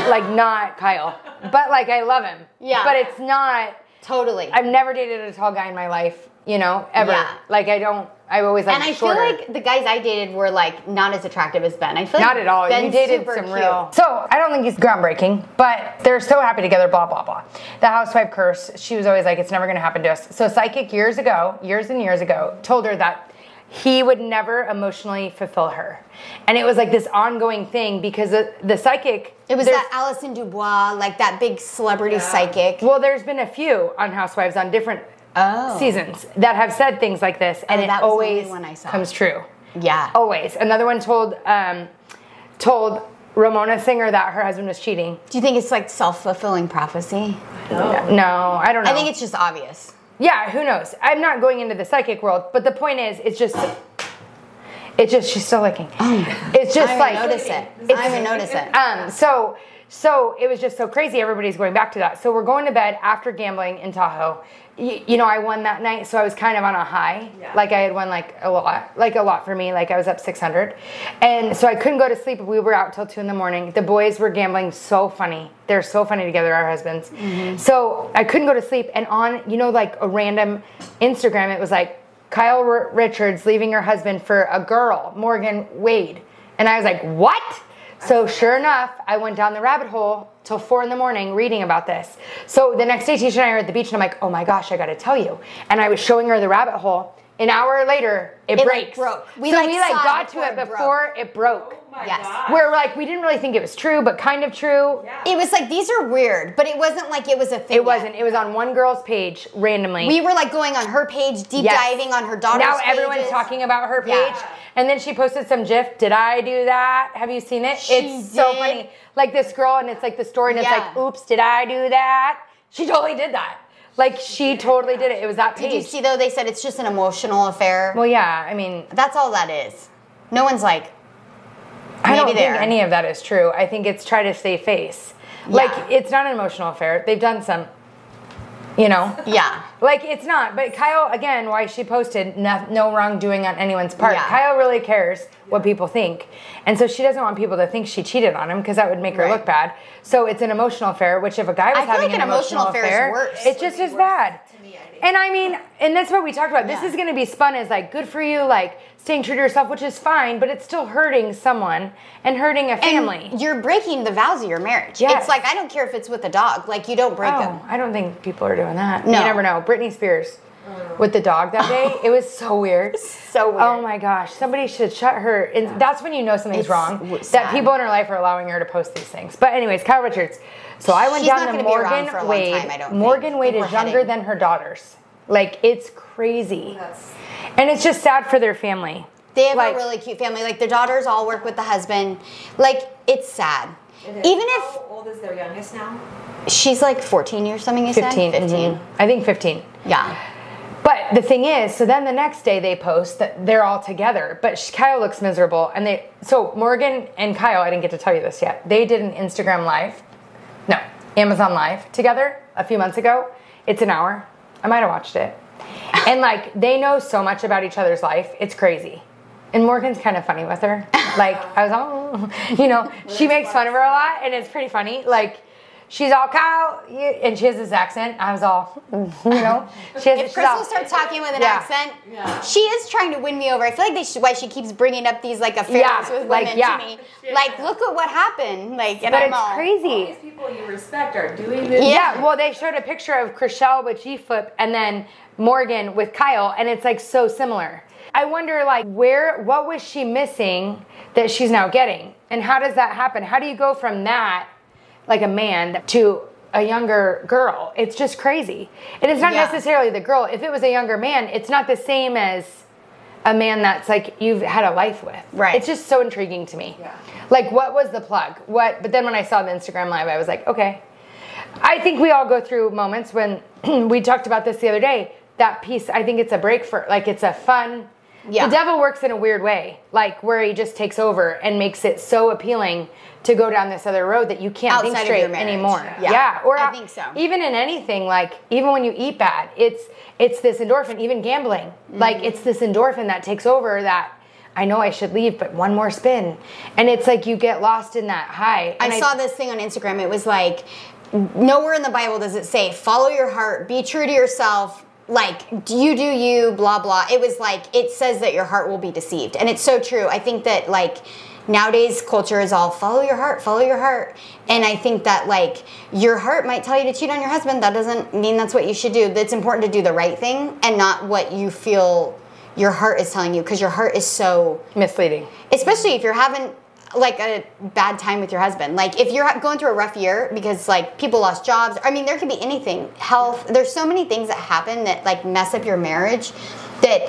[SPEAKER 1] like not Kyle, but like I love him.
[SPEAKER 2] Yeah.
[SPEAKER 1] But it's not.
[SPEAKER 2] Totally.
[SPEAKER 1] I've never dated a tall guy in my life, you know, ever.
[SPEAKER 2] Yeah.
[SPEAKER 1] Like I don't. I always like
[SPEAKER 2] and I
[SPEAKER 1] shorter.
[SPEAKER 2] feel like the guys I dated were like not as attractive as Ben. I feel
[SPEAKER 1] Not
[SPEAKER 2] like
[SPEAKER 1] at all.
[SPEAKER 2] Ben's
[SPEAKER 1] you dated
[SPEAKER 2] super
[SPEAKER 1] some
[SPEAKER 2] cute.
[SPEAKER 1] real. So I don't think he's groundbreaking, but they're so happy together. Blah blah blah. The housewife curse. She was always like, "It's never going to happen to us." So psychic years ago, years and years ago, told her that he would never emotionally fulfill her, and it was like this ongoing thing because the, the psychic.
[SPEAKER 2] It was
[SPEAKER 1] there's-
[SPEAKER 2] that Alison Dubois, like that big celebrity
[SPEAKER 3] Yeah.
[SPEAKER 2] psychic.
[SPEAKER 1] Well, there's been a few on Housewives on different
[SPEAKER 2] Oh.
[SPEAKER 1] seasons that have said things like this, and
[SPEAKER 2] Oh,
[SPEAKER 1] it
[SPEAKER 2] that was the only
[SPEAKER 1] always
[SPEAKER 2] one I saw.
[SPEAKER 1] comes true.
[SPEAKER 2] yeah. Oh,
[SPEAKER 1] Always. Another one told um, told Ramona Singer that her husband was cheating.
[SPEAKER 2] Do you think it's like self fulfilling prophecy?
[SPEAKER 1] No, I don't know.
[SPEAKER 2] I think it's just obvious.
[SPEAKER 1] yeah. Who knows? I'm not going into the psychic world, but the point is, it's just. It just she's still licking. it's just
[SPEAKER 2] Oh I
[SPEAKER 1] like
[SPEAKER 2] like, notice it.
[SPEAKER 3] It's-
[SPEAKER 2] I even notice it.
[SPEAKER 1] um so so it was just so crazy everybody's going back to that so we're going to bed after gambling in tahoe Y- you know i won that night so i was kind of on a high
[SPEAKER 3] Yeah.
[SPEAKER 1] like i had won like a lot like a lot for me like i was up 600 and so i couldn't go to sleep we were out till 2 in the morning the boys were gambling so funny they're so funny together our husbands so i couldn't go to sleep and on you know like a random instagram it was like kyle R- richards leaving her husband for a girl morgan wade and i was like what so sure enough, I went down the rabbit hole till four in the morning reading about this. So the next day, Tisha and I are at the beach, and I'm like, "Oh my gosh, I got to tell you!" And I was showing her the rabbit hole. An hour later, it,
[SPEAKER 2] like,
[SPEAKER 1] breaks.
[SPEAKER 2] broke. We,
[SPEAKER 1] so
[SPEAKER 2] like,
[SPEAKER 1] we like
[SPEAKER 2] saw it
[SPEAKER 1] got
[SPEAKER 2] before
[SPEAKER 1] to it
[SPEAKER 2] it broke.
[SPEAKER 1] before it broke.
[SPEAKER 3] Oh my
[SPEAKER 2] Yes.
[SPEAKER 3] gosh.
[SPEAKER 1] Where like we didn't really think it was true, but kind of true.
[SPEAKER 3] Yeah.
[SPEAKER 2] It was like these are weird, but it wasn't like it was a thing.
[SPEAKER 1] It wasn't. It was on one girl's page randomly.
[SPEAKER 2] We were like going on her page, deep
[SPEAKER 1] Yes.
[SPEAKER 2] diving on her daughter's.
[SPEAKER 1] Now everyone's
[SPEAKER 2] pages.
[SPEAKER 1] talking about her page.
[SPEAKER 2] Yeah.
[SPEAKER 1] And then she posted some GIF. Did I do that? Have you seen it?
[SPEAKER 2] She
[SPEAKER 1] it's so
[SPEAKER 2] did.
[SPEAKER 1] funny. Like this girl, and it's like the story, and
[SPEAKER 2] Yeah.
[SPEAKER 1] it's like, oops, did I do that? She totally did that. Like she totally did it. It was that page.
[SPEAKER 2] Did you see though? They said it's just an emotional affair.
[SPEAKER 1] Well, yeah. I mean,
[SPEAKER 2] That's all that is. No one's like
[SPEAKER 1] I don't
[SPEAKER 2] Maybe
[SPEAKER 1] think
[SPEAKER 2] there.
[SPEAKER 1] any of that is true. I think it's try to save face. Like it's not an emotional affair. They've done some, you know.
[SPEAKER 2] yeah.
[SPEAKER 1] Like it's not, but Kyle again, why she posted no, no wrongdoing on anyone's part.
[SPEAKER 2] Yeah.
[SPEAKER 1] Kyle really cares what people think, and so she doesn't want people to think she cheated on him because that would make her
[SPEAKER 2] Right.
[SPEAKER 1] look bad. So it's an emotional affair. Which if a guy was
[SPEAKER 2] I feel
[SPEAKER 1] having
[SPEAKER 2] like
[SPEAKER 1] an, emotional, affair,
[SPEAKER 2] is worse.
[SPEAKER 1] it's just as bad.
[SPEAKER 3] to me, I think.
[SPEAKER 1] And I mean, and that's what we talked about. This
[SPEAKER 2] Yeah.
[SPEAKER 1] is going to be spun as like good for you, like staying true to yourself, which is fine, but it's still hurting someone and hurting a
[SPEAKER 2] And
[SPEAKER 1] family.
[SPEAKER 2] you're breaking the vows of your marriage.
[SPEAKER 1] Yes.
[SPEAKER 2] It's like I don't care if it's with a dog. Like you don't break them.
[SPEAKER 1] Oh, I don't think people are doing that.
[SPEAKER 2] No.
[SPEAKER 1] You never know. Britney Spears with the dog that day, it was so weird.
[SPEAKER 2] So weird.
[SPEAKER 1] Oh my gosh, somebody should shut her. And that's when you know something's
[SPEAKER 2] It's
[SPEAKER 1] wrong.
[SPEAKER 2] w- sad.
[SPEAKER 1] That people in her life are allowing her to post these things. But anyways, Kyle Richards. So I went
[SPEAKER 2] She's not
[SPEAKER 1] down
[SPEAKER 2] gonna
[SPEAKER 1] to
[SPEAKER 2] be around
[SPEAKER 1] Morgan
[SPEAKER 2] for a long
[SPEAKER 1] Wade.
[SPEAKER 2] time, I don't
[SPEAKER 1] Morgan
[SPEAKER 2] think. I
[SPEAKER 1] Wade
[SPEAKER 2] think
[SPEAKER 1] is
[SPEAKER 2] we're
[SPEAKER 1] younger
[SPEAKER 2] heading-
[SPEAKER 1] than her daughters. Like it's crazy.
[SPEAKER 3] That's-
[SPEAKER 1] and it's just sad for their family.
[SPEAKER 2] They have
[SPEAKER 1] Like-
[SPEAKER 2] a really cute family. Like the daughters all work with the husband. Like it's sad.
[SPEAKER 3] And
[SPEAKER 2] Even
[SPEAKER 3] then
[SPEAKER 2] if
[SPEAKER 3] how old is their youngest now?
[SPEAKER 2] she's like 14 or something, you said?
[SPEAKER 1] 15.
[SPEAKER 2] 15.
[SPEAKER 1] mhm. I think 15.
[SPEAKER 2] Yeah.
[SPEAKER 1] But the thing is, so then the next day they post that they're all together, but sh- Kyle looks miserable. And they, so Morgan and Kyle, I didn't get to tell you this yet, they did an Instagram live, no, Amazon live together a few months ago. It's an hour. I might have watched it. And like, they know so much about each other's life, it's crazy. And Morgan's kind of funny with her. Like, I was all, you know, she makes fun of her a lot, and it's pretty funny. Like, she's all Kyle, you- and she has this accent. I was all, you know, she has
[SPEAKER 2] If
[SPEAKER 1] she's all-
[SPEAKER 2] Crystal starts talking with an
[SPEAKER 1] Yeah.
[SPEAKER 2] accent,
[SPEAKER 3] Yeah.
[SPEAKER 2] she is trying to win me over. I feel like they should, why she keeps bringing up these like affairs
[SPEAKER 1] Yeah,
[SPEAKER 2] with women
[SPEAKER 1] like, yeah.
[SPEAKER 2] to me. Like, look at what happened. Like, and
[SPEAKER 1] But
[SPEAKER 2] I'm
[SPEAKER 1] it's
[SPEAKER 2] all,
[SPEAKER 3] All
[SPEAKER 1] crazy.
[SPEAKER 3] these people you respect are doing this.
[SPEAKER 2] Yeah.
[SPEAKER 1] Yeah, well, they showed a picture of Chriselle with G Flip and then Morgan with Kyle, and it's like so similar. I wonder, like, where, what was she missing that she's now getting? And how does that happen? How do you go from that, like a man, to a younger girl? It's just crazy. And it's not
[SPEAKER 2] Yeah.
[SPEAKER 1] necessarily the girl. If it was a younger man, it's not the same as a man that's like you've had a life with.
[SPEAKER 2] Right.
[SPEAKER 1] It's just so intriguing to me.
[SPEAKER 3] Yeah.
[SPEAKER 1] Like, what was the plug? What? But then when I saw the Instagram live, I was like, okay. I think we all go through moments when we talked about this the other day. That piece, I think it's a break for like it's a fun.
[SPEAKER 2] Yeah.
[SPEAKER 1] The devil works in a weird way, like where he just takes over and makes it so appealing to go down this other road that you can't think
[SPEAKER 2] Outside of
[SPEAKER 1] straight
[SPEAKER 2] your marriage.
[SPEAKER 1] anymore.
[SPEAKER 2] Yeah.
[SPEAKER 1] Or
[SPEAKER 2] I think so.
[SPEAKER 1] Even in anything, like even when you eat bad, it's it's this endorphin. Even gambling, like
[SPEAKER 2] Mm-hmm.
[SPEAKER 1] it's this endorphin that takes over that. I know I should leave, but one more spin. And it's like you get lost in that high. And
[SPEAKER 2] I saw this thing on Instagram. It was like nowhere in the Bible does it say follow your heart, be true to yourself, like do you do you, blah blah. It was like it says that your heart will be deceived, and it's so true. I think that like nowadays culture is all follow your heart, follow your heart, and I think that like your heart might tell you to cheat on your husband. That doesn't mean that's what you should do. It's important to do the right thing and not what you feel your heart is telling you because your heart is so
[SPEAKER 1] Misleading.
[SPEAKER 2] especially if you're having like a bad time with your husband like if you're ha- going through a rough year because like people lost jobs i mean there could be anything health there's so many things that happen that like mess up your marriage that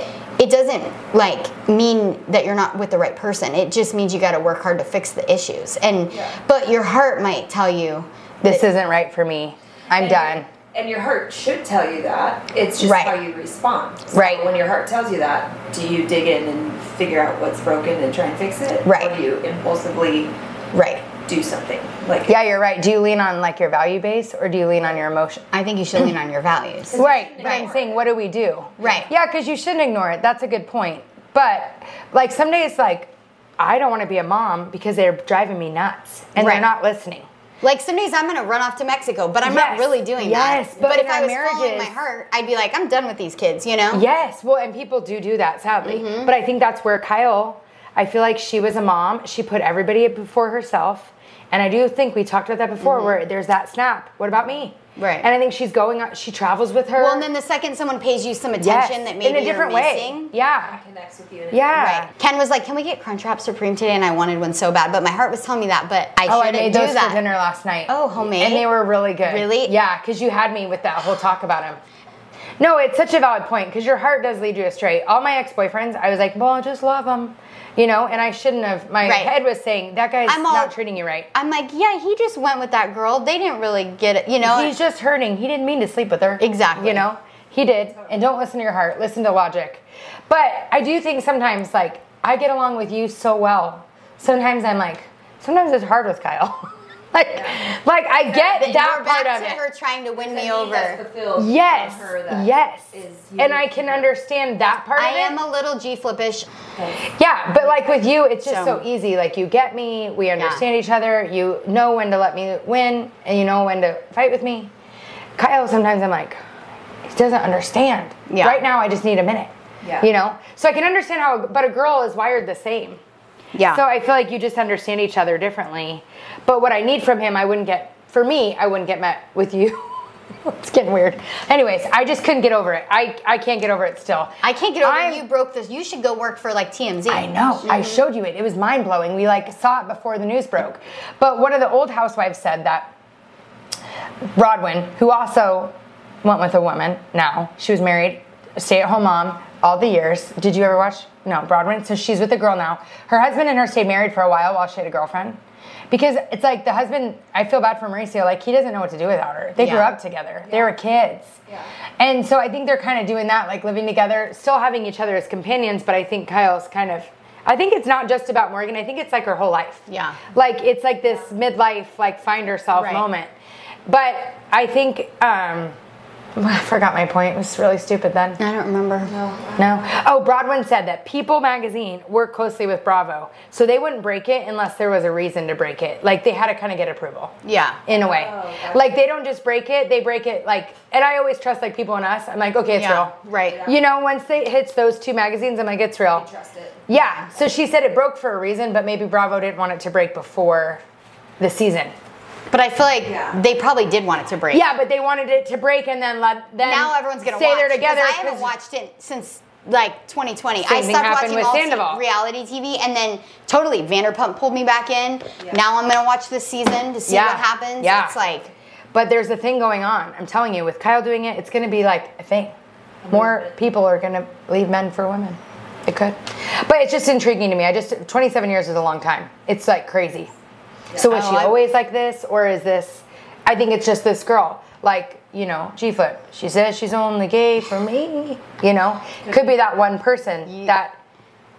[SPEAKER 2] it doesn't like mean that you're not with the right person it just means you got to work hard to fix the issues and but your heart might tell you
[SPEAKER 1] This isn't right for me. I'm done.
[SPEAKER 3] And your heart should tell you that. It's just
[SPEAKER 2] Right.
[SPEAKER 3] how you respond. So
[SPEAKER 1] Right.
[SPEAKER 3] When your heart tells you that, do you dig in and figure out what's broken and try and fix it?
[SPEAKER 2] Right.
[SPEAKER 3] Or do you impulsively
[SPEAKER 2] right
[SPEAKER 3] do something? Like
[SPEAKER 1] Yeah, you're right. Do you lean on like your value base or do you lean on your emotion?
[SPEAKER 2] i think you should lean on your values
[SPEAKER 1] Right, but I'm
[SPEAKER 2] Right.
[SPEAKER 1] saying, what do we do?
[SPEAKER 2] Right.
[SPEAKER 1] Yeah, because you shouldn't ignore it. That's a good point. But like some days, like I don't want to be a mom because they're driving me nuts and
[SPEAKER 2] Right.
[SPEAKER 1] they're not listening.
[SPEAKER 2] Like some days I'm gonna run off to Mexico, but I'm not
[SPEAKER 1] Yes.
[SPEAKER 2] really doing that.
[SPEAKER 1] Yes, but
[SPEAKER 2] if
[SPEAKER 1] in our
[SPEAKER 2] I was following
[SPEAKER 1] marriages-
[SPEAKER 2] my heart, I'd be like, I'm done with these kids, you know?
[SPEAKER 1] Yes, well, and people do do that, sadly.
[SPEAKER 2] Mm-hmm.
[SPEAKER 1] But I think that's where Kyle. I feel like she was a mom. She put everybody before herself, and I do think we talked about that before. Where there's that snap. What about me?
[SPEAKER 2] Mm-hmm. Right.
[SPEAKER 1] And I think she's going. on- She travels with her.
[SPEAKER 2] Well, and then the second someone pays you some
[SPEAKER 1] Yes,
[SPEAKER 2] attention that maybe
[SPEAKER 1] in a different
[SPEAKER 2] you're
[SPEAKER 1] way.
[SPEAKER 2] missing.
[SPEAKER 1] Yeah.
[SPEAKER 3] connects with you. In a
[SPEAKER 1] Yeah.
[SPEAKER 2] Right. Ken was like, "Can we get Crunchwrap Supreme today?" And I wanted one so bad, but my heart was telling me that, but I
[SPEAKER 1] Oh, I
[SPEAKER 2] shouldn't
[SPEAKER 1] made
[SPEAKER 2] do
[SPEAKER 1] those
[SPEAKER 2] that.
[SPEAKER 1] for dinner last night.
[SPEAKER 2] Oh, homemade?
[SPEAKER 1] And they were really good.
[SPEAKER 2] Really?
[SPEAKER 1] Yeah, because you had me with that whole talk about them. No, it's such a valid point because your heart does lead you astray. All my ex boyfriends, I was like, well, I just love them, you know, and I shouldn't have. My
[SPEAKER 2] Right.
[SPEAKER 1] head was saying, that guy's
[SPEAKER 2] I'm all-
[SPEAKER 1] not treating you right.
[SPEAKER 2] I'm like, yeah, he just went with that girl. They didn't really get it, you know.
[SPEAKER 1] He's just hurting. He didn't mean to sleep with her.
[SPEAKER 2] Exactly.
[SPEAKER 1] You know, he did. And don't listen to your heart, listen to logic. But I do think sometimes, like, I get along with you so well. Sometimes I'm like, sometimes it's hard with Kyle. like, like I get
[SPEAKER 2] But
[SPEAKER 1] that
[SPEAKER 2] you're
[SPEAKER 1] part
[SPEAKER 2] back
[SPEAKER 1] of
[SPEAKER 2] to
[SPEAKER 1] it.
[SPEAKER 2] her trying to win
[SPEAKER 3] That
[SPEAKER 2] me
[SPEAKER 3] need that's
[SPEAKER 2] over.
[SPEAKER 3] fulfilled
[SPEAKER 1] Yes.
[SPEAKER 3] from her that
[SPEAKER 1] yes.
[SPEAKER 3] is
[SPEAKER 1] And I
[SPEAKER 3] unique to
[SPEAKER 1] can
[SPEAKER 3] her.
[SPEAKER 1] understand that part
[SPEAKER 2] I
[SPEAKER 1] of it.
[SPEAKER 2] am a little G flippish.
[SPEAKER 1] yeah, but like with you, it's just
[SPEAKER 2] So-
[SPEAKER 1] so, easy. Like you get me, we understand each other. You know when to let me win, and you know when to fight with me. Kyle, sometimes I'm like, he doesn't understand.
[SPEAKER 2] Yeah.
[SPEAKER 1] Right now, I just need a minute.
[SPEAKER 3] Yeah.
[SPEAKER 1] You know, so I can understand how, but a girl is wired the same.
[SPEAKER 2] Yeah.
[SPEAKER 1] So I feel like you just understand each other differently. But what I need from him, I wouldn't get. For me, I wouldn't get met with you. it's getting weird. Anyways, I just couldn't get over it. I, I can't get over it still.
[SPEAKER 2] I can't get over
[SPEAKER 1] I'm-
[SPEAKER 2] you broke this. You should go work for like TMZ.
[SPEAKER 1] I know. I showed you it. It was mind blowing. We like saw it before the news broke. But one of the old housewives said that Rodwin, who also went with a woman now, she was married, stay at home mom all the years. Did you ever watch? No, Broadwin. So she's with a girl now. Her husband and her stayed married for a while while she had a girlfriend. Because it's like the husband, I feel bad for Mauricio, like he doesn't know what to do without her. They grew
[SPEAKER 2] Yeah.
[SPEAKER 1] up together, they were kids. And so I think they're kind of doing that, like living together, still having each other as companions, but I think Kyle's kind of. I think it's not just about Morgan. I think it's like her whole life.
[SPEAKER 2] Yeah.
[SPEAKER 1] Like it's like this midlife, like find herself
[SPEAKER 2] Right.
[SPEAKER 1] moment. But I think um, I forgot my point. It was really stupid then.
[SPEAKER 2] I don't remember.
[SPEAKER 1] No. Oh, Broadwin said that People magazine worked closely with Bravo, so they wouldn't break it unless there was a reason to break it. Like they had to kind of get approval.
[SPEAKER 2] Yeah.
[SPEAKER 1] In a way,
[SPEAKER 3] Oh, gotcha.
[SPEAKER 1] like they don't just break it; they break it like. And I always trust like People and Us. I'm like, okay, it's
[SPEAKER 2] Yeah.
[SPEAKER 1] real.
[SPEAKER 2] Right.
[SPEAKER 1] You know, once they hits those two magazines, I'm like, it's real.
[SPEAKER 3] I trust it.
[SPEAKER 1] Yeah. So she said it broke for a reason, but maybe Bravo didn't want it to break before the season.
[SPEAKER 2] But I feel like
[SPEAKER 3] Yeah.
[SPEAKER 2] they probably did want it to break.
[SPEAKER 1] Yeah, but they wanted it to break and then let then
[SPEAKER 2] Now everyone's gonna
[SPEAKER 1] say
[SPEAKER 2] watch.
[SPEAKER 1] they're
[SPEAKER 2] 'cause
[SPEAKER 1] together.
[SPEAKER 2] I haven't
[SPEAKER 1] 'cause-
[SPEAKER 2] watched it since like 2020. I
[SPEAKER 1] Same thing
[SPEAKER 2] stopped
[SPEAKER 1] happened
[SPEAKER 2] watching
[SPEAKER 1] with
[SPEAKER 2] all
[SPEAKER 1] Sandoval.
[SPEAKER 2] t- reality TV, and then totally Vanderpump pulled me back in. Now I'm gonna watch this season to see
[SPEAKER 1] Yeah.
[SPEAKER 2] what happens.
[SPEAKER 1] Yeah.
[SPEAKER 2] It's like
[SPEAKER 1] But there's a thing going on. I'm telling you, with Kyle doing it, it's going to be like a thing. More people are going to leave men for women. It could, but it's just intriguing to me. I just 27 years is a long time. It's like crazy. So was
[SPEAKER 2] Oh,
[SPEAKER 1] she
[SPEAKER 2] I-
[SPEAKER 1] always like this, or is this? I think it's just this girl. Like you know, G Flip. She says she's only gay for me. You know, could be that one person that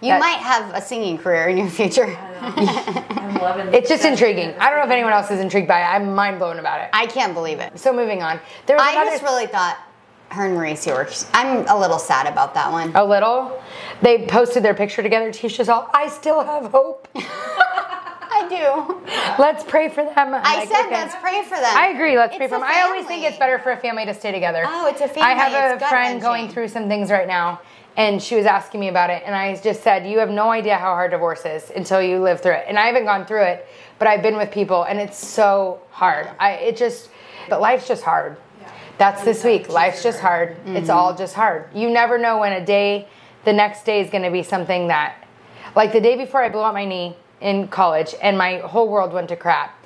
[SPEAKER 2] you
[SPEAKER 1] That-
[SPEAKER 2] might have a singing career in your future.
[SPEAKER 3] I'm loving
[SPEAKER 1] It's just intriguing. I don't know if anyone else is intrigued by it. I'm mind blown about it.
[SPEAKER 2] I can't believe it.
[SPEAKER 1] So moving on. There's
[SPEAKER 2] I
[SPEAKER 1] another
[SPEAKER 2] just really thought her and Mauricio were. I'm a little sad about that one.
[SPEAKER 1] a little. They posted their picture together. Tisha's all, I still have hope.
[SPEAKER 2] I do you.
[SPEAKER 1] Let's pray for them.
[SPEAKER 2] I said let's pray for them.
[SPEAKER 1] I agree. Let's pray
[SPEAKER 2] It's
[SPEAKER 1] for
[SPEAKER 2] a
[SPEAKER 1] them. I always think
[SPEAKER 2] family.
[SPEAKER 1] it's better for a family to stay together.
[SPEAKER 2] Oh, it's a
[SPEAKER 1] I have
[SPEAKER 2] family.
[SPEAKER 1] a
[SPEAKER 2] It's gut
[SPEAKER 1] friend going
[SPEAKER 2] wrenching.
[SPEAKER 1] through some things right now, and she was asking me about it, and I just said, "You have no idea how hard divorce is until you live through it." And I haven't gone through it, but I've been with people, and it's so hard. I it just, but life's just hard. That's this week. Life's just hard. It's all just hard. You never know when a day, the next day is going to be something that, like the day before I blew out my knee in college, and my whole world went to crap.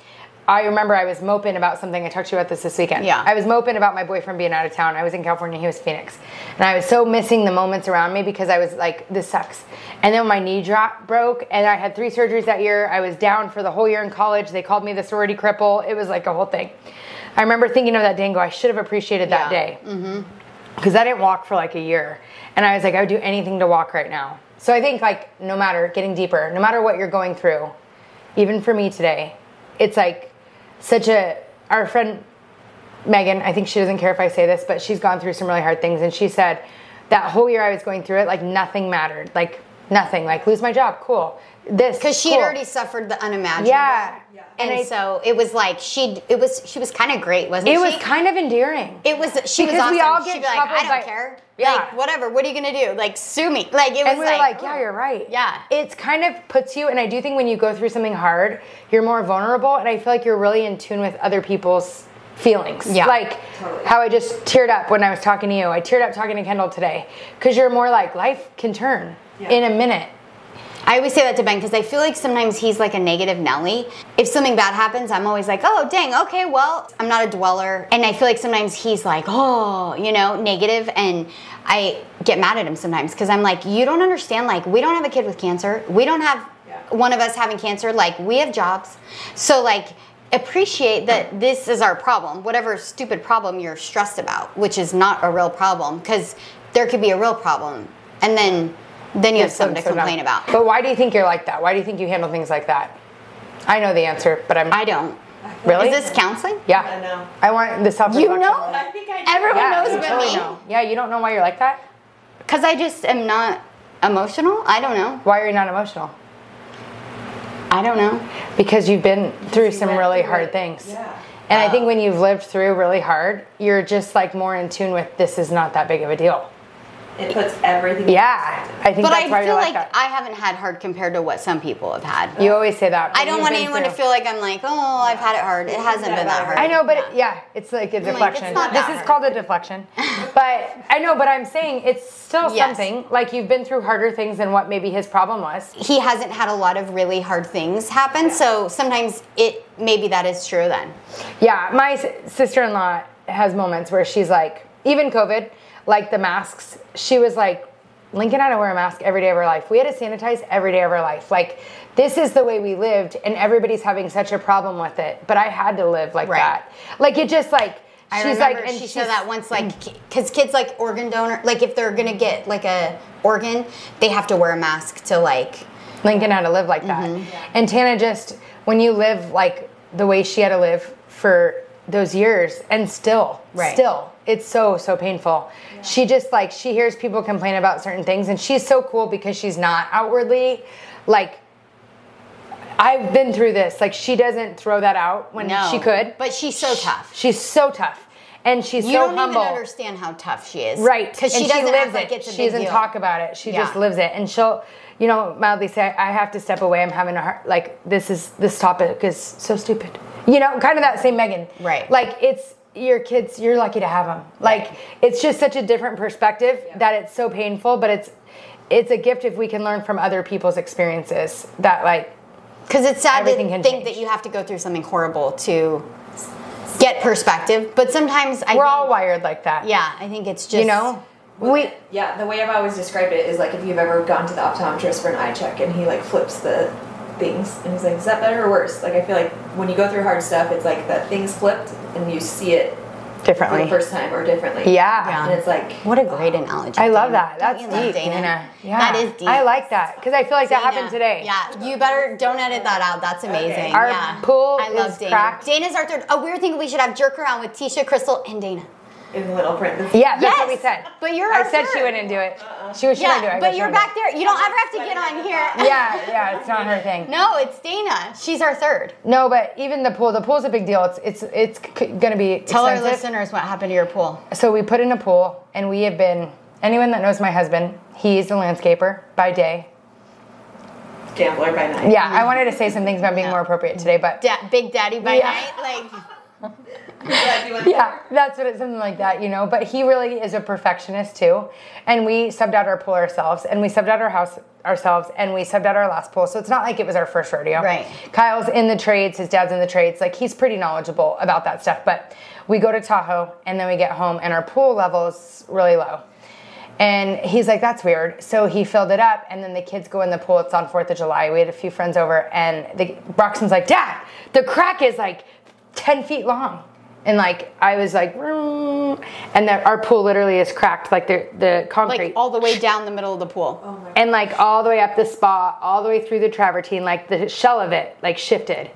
[SPEAKER 1] I remember I was moping about something. I talked to you about this this weekend.
[SPEAKER 2] Yeah.
[SPEAKER 1] I was moping about my boyfriend being out of town. I was in California. He was Phoenix, and I was so missing the moments around me because I was like, "This sucks." And then my knee drop broke, and I had three surgeries that year. I was down for the whole year in college. They called me the sorority cripple. It was like a whole thing. I remember thinking of that day and go, "I should have appreciated that
[SPEAKER 2] Yeah.
[SPEAKER 1] day." because I didn't walk for like a year, and I was like, I would do anything to walk right now. So I think like no matter getting deeper, no matter what you're going through, even for me today, it's like such a our friend Megan. I think she doesn't care if I say this, but she's gone through some really hard things, and she said that whole year I was going through it, like nothing mattered, like nothing, like lose my job, cool. This
[SPEAKER 2] Because she
[SPEAKER 1] cool.
[SPEAKER 2] had already suffered the unimaginable.
[SPEAKER 1] yeah,
[SPEAKER 3] Yeah.
[SPEAKER 2] And,
[SPEAKER 1] I-
[SPEAKER 2] so it was like she it was she was kind of great, wasn't
[SPEAKER 1] it
[SPEAKER 2] she?
[SPEAKER 1] was kind of endearing.
[SPEAKER 2] it was she was
[SPEAKER 1] because
[SPEAKER 2] awesome.
[SPEAKER 1] we all get
[SPEAKER 2] She'd be like, I
[SPEAKER 1] troubled
[SPEAKER 2] don't
[SPEAKER 1] by-
[SPEAKER 2] care.
[SPEAKER 1] Yeah.
[SPEAKER 2] Like whatever. What are you gonna do? Like sue me. Like it was
[SPEAKER 1] and we were like,
[SPEAKER 2] like
[SPEAKER 1] yeah, you're right.
[SPEAKER 2] Yeah.
[SPEAKER 1] It's kind of puts you, and I do think when you go through something hard, you're more vulnerable, and I feel like you're really in tune with other people's feelings.
[SPEAKER 2] Yeah.
[SPEAKER 1] Like
[SPEAKER 3] Totally.
[SPEAKER 1] how I just teared up when I was talking to you. I teared up talking to Kendall today because you're more like, life can turn
[SPEAKER 3] Yeah.
[SPEAKER 1] in a minute.
[SPEAKER 2] I always say that to Ben because I feel like sometimes he's like a negative Nelly. If something bad happens, I'm always like, oh, dang, okay, well, I'm not a dweller. And I feel like sometimes he's like, oh, you know, negative, And I get mad at him sometimes because I'm like, you don't understand. Like, we don't have a kid with cancer. We don't have
[SPEAKER 3] Yeah.
[SPEAKER 2] one of us having cancer. Like, we have jobs. So, like, appreciate that this is our problem, whatever stupid problem you're stressed about, which is not a real problem because there could be a real problem. And then, then you have something to
[SPEAKER 1] So, so
[SPEAKER 2] complain
[SPEAKER 1] dumb.
[SPEAKER 2] about.
[SPEAKER 1] But why do you think you're like that? Why do you think you handle things like that? I know the answer, but I'm
[SPEAKER 2] I don't.
[SPEAKER 1] really.
[SPEAKER 2] Is this counseling?
[SPEAKER 1] yeah.
[SPEAKER 3] I know.
[SPEAKER 1] I want the self.
[SPEAKER 2] You know?
[SPEAKER 3] I think I do.
[SPEAKER 2] Everyone
[SPEAKER 1] Yeah,
[SPEAKER 2] knows
[SPEAKER 1] you
[SPEAKER 2] but
[SPEAKER 1] totally
[SPEAKER 2] me.
[SPEAKER 1] know. Yeah, you don't know why you're like that.
[SPEAKER 2] Because I just am not emotional. I don't know.
[SPEAKER 1] Why are you not emotional?
[SPEAKER 2] I don't know.
[SPEAKER 1] because you've been through
[SPEAKER 3] you
[SPEAKER 1] some
[SPEAKER 3] went
[SPEAKER 1] really
[SPEAKER 3] through
[SPEAKER 1] hard
[SPEAKER 3] it.
[SPEAKER 1] things.
[SPEAKER 3] Yeah.
[SPEAKER 1] And I think when you've lived through really hard, you're just like more in tune with this is not that big of a deal.
[SPEAKER 3] It puts everything. in
[SPEAKER 1] Yeah,
[SPEAKER 3] perspective.
[SPEAKER 1] I think
[SPEAKER 2] But
[SPEAKER 1] that's why
[SPEAKER 2] I
[SPEAKER 1] you're
[SPEAKER 2] feel
[SPEAKER 1] like,
[SPEAKER 2] like,
[SPEAKER 1] that.
[SPEAKER 2] I haven't had hard compared to what some people have had.
[SPEAKER 1] you always say that.
[SPEAKER 2] I
[SPEAKER 1] but
[SPEAKER 2] don't
[SPEAKER 1] you've
[SPEAKER 2] want
[SPEAKER 1] been
[SPEAKER 2] anyone to
[SPEAKER 1] through-
[SPEAKER 2] feel like I'm like, oh, I've had it hard. It hasn't
[SPEAKER 3] Yeah,
[SPEAKER 2] been that
[SPEAKER 3] but-
[SPEAKER 2] hard.
[SPEAKER 1] I know, but it- yeah, it's like a deflection.
[SPEAKER 2] it's not
[SPEAKER 1] this
[SPEAKER 2] that
[SPEAKER 1] is
[SPEAKER 2] hard.
[SPEAKER 1] called a deflection. but I know, but I'm saying it's still
[SPEAKER 2] Yes.
[SPEAKER 1] something. Like you've been through harder things than what maybe his problem was.
[SPEAKER 2] He hasn't had a lot of really hard things happen, so sometimes it maybe that is true then.
[SPEAKER 1] Yeah, my sister in law has moments where she's like, even COVID, like the masks, she was like, Lincoln had to wear a mask every day of her life. We had to sanitize every day of our life. Like, this is the way we lived, and everybody's having such a problem with it. But I had to live like
[SPEAKER 2] Right.
[SPEAKER 1] that. Like, it just like,
[SPEAKER 2] I
[SPEAKER 1] she's like,
[SPEAKER 2] remember
[SPEAKER 1] and
[SPEAKER 2] she
[SPEAKER 1] she's- mm.
[SPEAKER 2] said that once, like, because kids like organ donor, like if they're gonna get like a organ, they have to wear a mask to like
[SPEAKER 1] Lincoln had to live like that.
[SPEAKER 2] Mm-hmm.
[SPEAKER 1] And Tana just, when you live like the way she had to live for those years and still,
[SPEAKER 2] Right.
[SPEAKER 1] still, it's so, so painful. She just like, she hears people complain about certain things and she's so cool because she's not outwardly like, I've been through this. Like, she doesn't throw that out when
[SPEAKER 2] no.
[SPEAKER 1] she could.
[SPEAKER 2] but she's so tough.
[SPEAKER 1] She's so tough. And she's
[SPEAKER 2] You
[SPEAKER 1] so
[SPEAKER 2] don't
[SPEAKER 1] humble.
[SPEAKER 2] even understand how tough she is,
[SPEAKER 1] Right.
[SPEAKER 2] Because she
[SPEAKER 1] And
[SPEAKER 2] doesn't
[SPEAKER 1] lives
[SPEAKER 2] act like
[SPEAKER 1] it.
[SPEAKER 2] it's a
[SPEAKER 1] She
[SPEAKER 2] big
[SPEAKER 1] doesn't
[SPEAKER 2] deal.
[SPEAKER 1] talk about it. She just
[SPEAKER 2] Yeah.
[SPEAKER 1] lives it. And she'll, you know, mildly say, I have to step away. I'm having a heart, like, this is, this topic is so stupid. You know, kind of that same Megan.
[SPEAKER 2] Right.
[SPEAKER 1] Like, it's, your kids, you're lucky to have them. Like, it's just such a different perspective that it's so painful, but it's, it's a gift if we can learn from other people's experiences that, like,
[SPEAKER 2] Because it's sad to
[SPEAKER 1] Everything can
[SPEAKER 2] think that
[SPEAKER 1] change.
[SPEAKER 2] you have to go through something horrible to get perspective. But sometimes I
[SPEAKER 1] we're
[SPEAKER 2] think,
[SPEAKER 1] all wired like that.
[SPEAKER 2] yeah. I think it's just
[SPEAKER 1] You know? We,
[SPEAKER 3] Yeah, the way I've always described it is like if you've ever gone to the optometrist for an eye check and he like flips the things and he's like, is that better or worse? Like I feel like when you go through hard stuff, it's like that thing's flipped and you see it for the
[SPEAKER 1] differently.
[SPEAKER 3] first time or differently.
[SPEAKER 1] Yeah.
[SPEAKER 3] And it's like,
[SPEAKER 2] What a great analogy!
[SPEAKER 1] I
[SPEAKER 2] Dana.
[SPEAKER 1] love that.
[SPEAKER 2] Don't
[SPEAKER 1] That's
[SPEAKER 2] you love
[SPEAKER 1] deep,
[SPEAKER 2] Dana?
[SPEAKER 1] Dana. Yeah,
[SPEAKER 2] That is deep.
[SPEAKER 1] I like that because I feel like that
[SPEAKER 2] Dana.
[SPEAKER 1] happened today.
[SPEAKER 2] Yeah, you better don't edit that out. That's amazing.
[SPEAKER 1] Our
[SPEAKER 2] yeah.
[SPEAKER 1] pool
[SPEAKER 2] I love
[SPEAKER 1] is
[SPEAKER 2] Dana.
[SPEAKER 1] cracked.
[SPEAKER 2] Dana's our third. Oh, we were thinking we should have jerk around with Tisha, Crystal, and Dana.
[SPEAKER 3] in little print. This-
[SPEAKER 1] Yeah, that's
[SPEAKER 2] yes,
[SPEAKER 1] what we said.
[SPEAKER 2] But you're
[SPEAKER 1] I
[SPEAKER 2] our
[SPEAKER 1] said she
[SPEAKER 2] third.
[SPEAKER 1] wouldn't do it. She was she
[SPEAKER 2] Yeah,
[SPEAKER 1] wouldn't do it. I guess
[SPEAKER 2] but
[SPEAKER 1] she
[SPEAKER 2] you're
[SPEAKER 1] wouldn't do
[SPEAKER 2] back there. You don't ever have to get on
[SPEAKER 1] it.
[SPEAKER 2] here.
[SPEAKER 1] Yeah, yeah, it's not her thing.
[SPEAKER 2] No, it's Dana. She's our third.
[SPEAKER 1] No, but even the pool, the pool's a big deal. It's it's it's c- gonna be
[SPEAKER 2] Tell our
[SPEAKER 1] expensive.
[SPEAKER 2] listeners what happened to your pool.
[SPEAKER 1] So we put in a pool, and we have been. Anyone that knows my husband, he's a landscaper by day.
[SPEAKER 3] Gambler by night.
[SPEAKER 1] Yeah, I wanted to say some things about being
[SPEAKER 2] Yeah.
[SPEAKER 1] more appropriate today, but
[SPEAKER 2] Da- Big Daddy by
[SPEAKER 1] Yeah.
[SPEAKER 2] night. Like,
[SPEAKER 3] Glad you went
[SPEAKER 1] yeah, that's what it's something like that, you know. But he really is a perfectionist too, and we subbed out our pool ourselves, and we subbed out our house ourselves, and we subbed out our last pool. So it's not like it was our first rodeo.
[SPEAKER 2] Right.
[SPEAKER 1] Kyle's in the trades. His dad's in the trades. Like he's pretty knowledgeable about that stuff. But we go to Tahoe, and then we get home, and our pool levels really low. And he's like, that's weird. So he filled it up, and then the kids go in the pool. It's on 4th of July. We had a few friends over, and the, Broxton's like, Dad, the crack is like 10 feet long. And like, I was like, "Mm." and that our pool literally is cracked, like the, the concrete.
[SPEAKER 2] like all the way down the middle of the pool.
[SPEAKER 1] and like all the way up the spa, all the way through the travertine, like the shell of it, like shifted.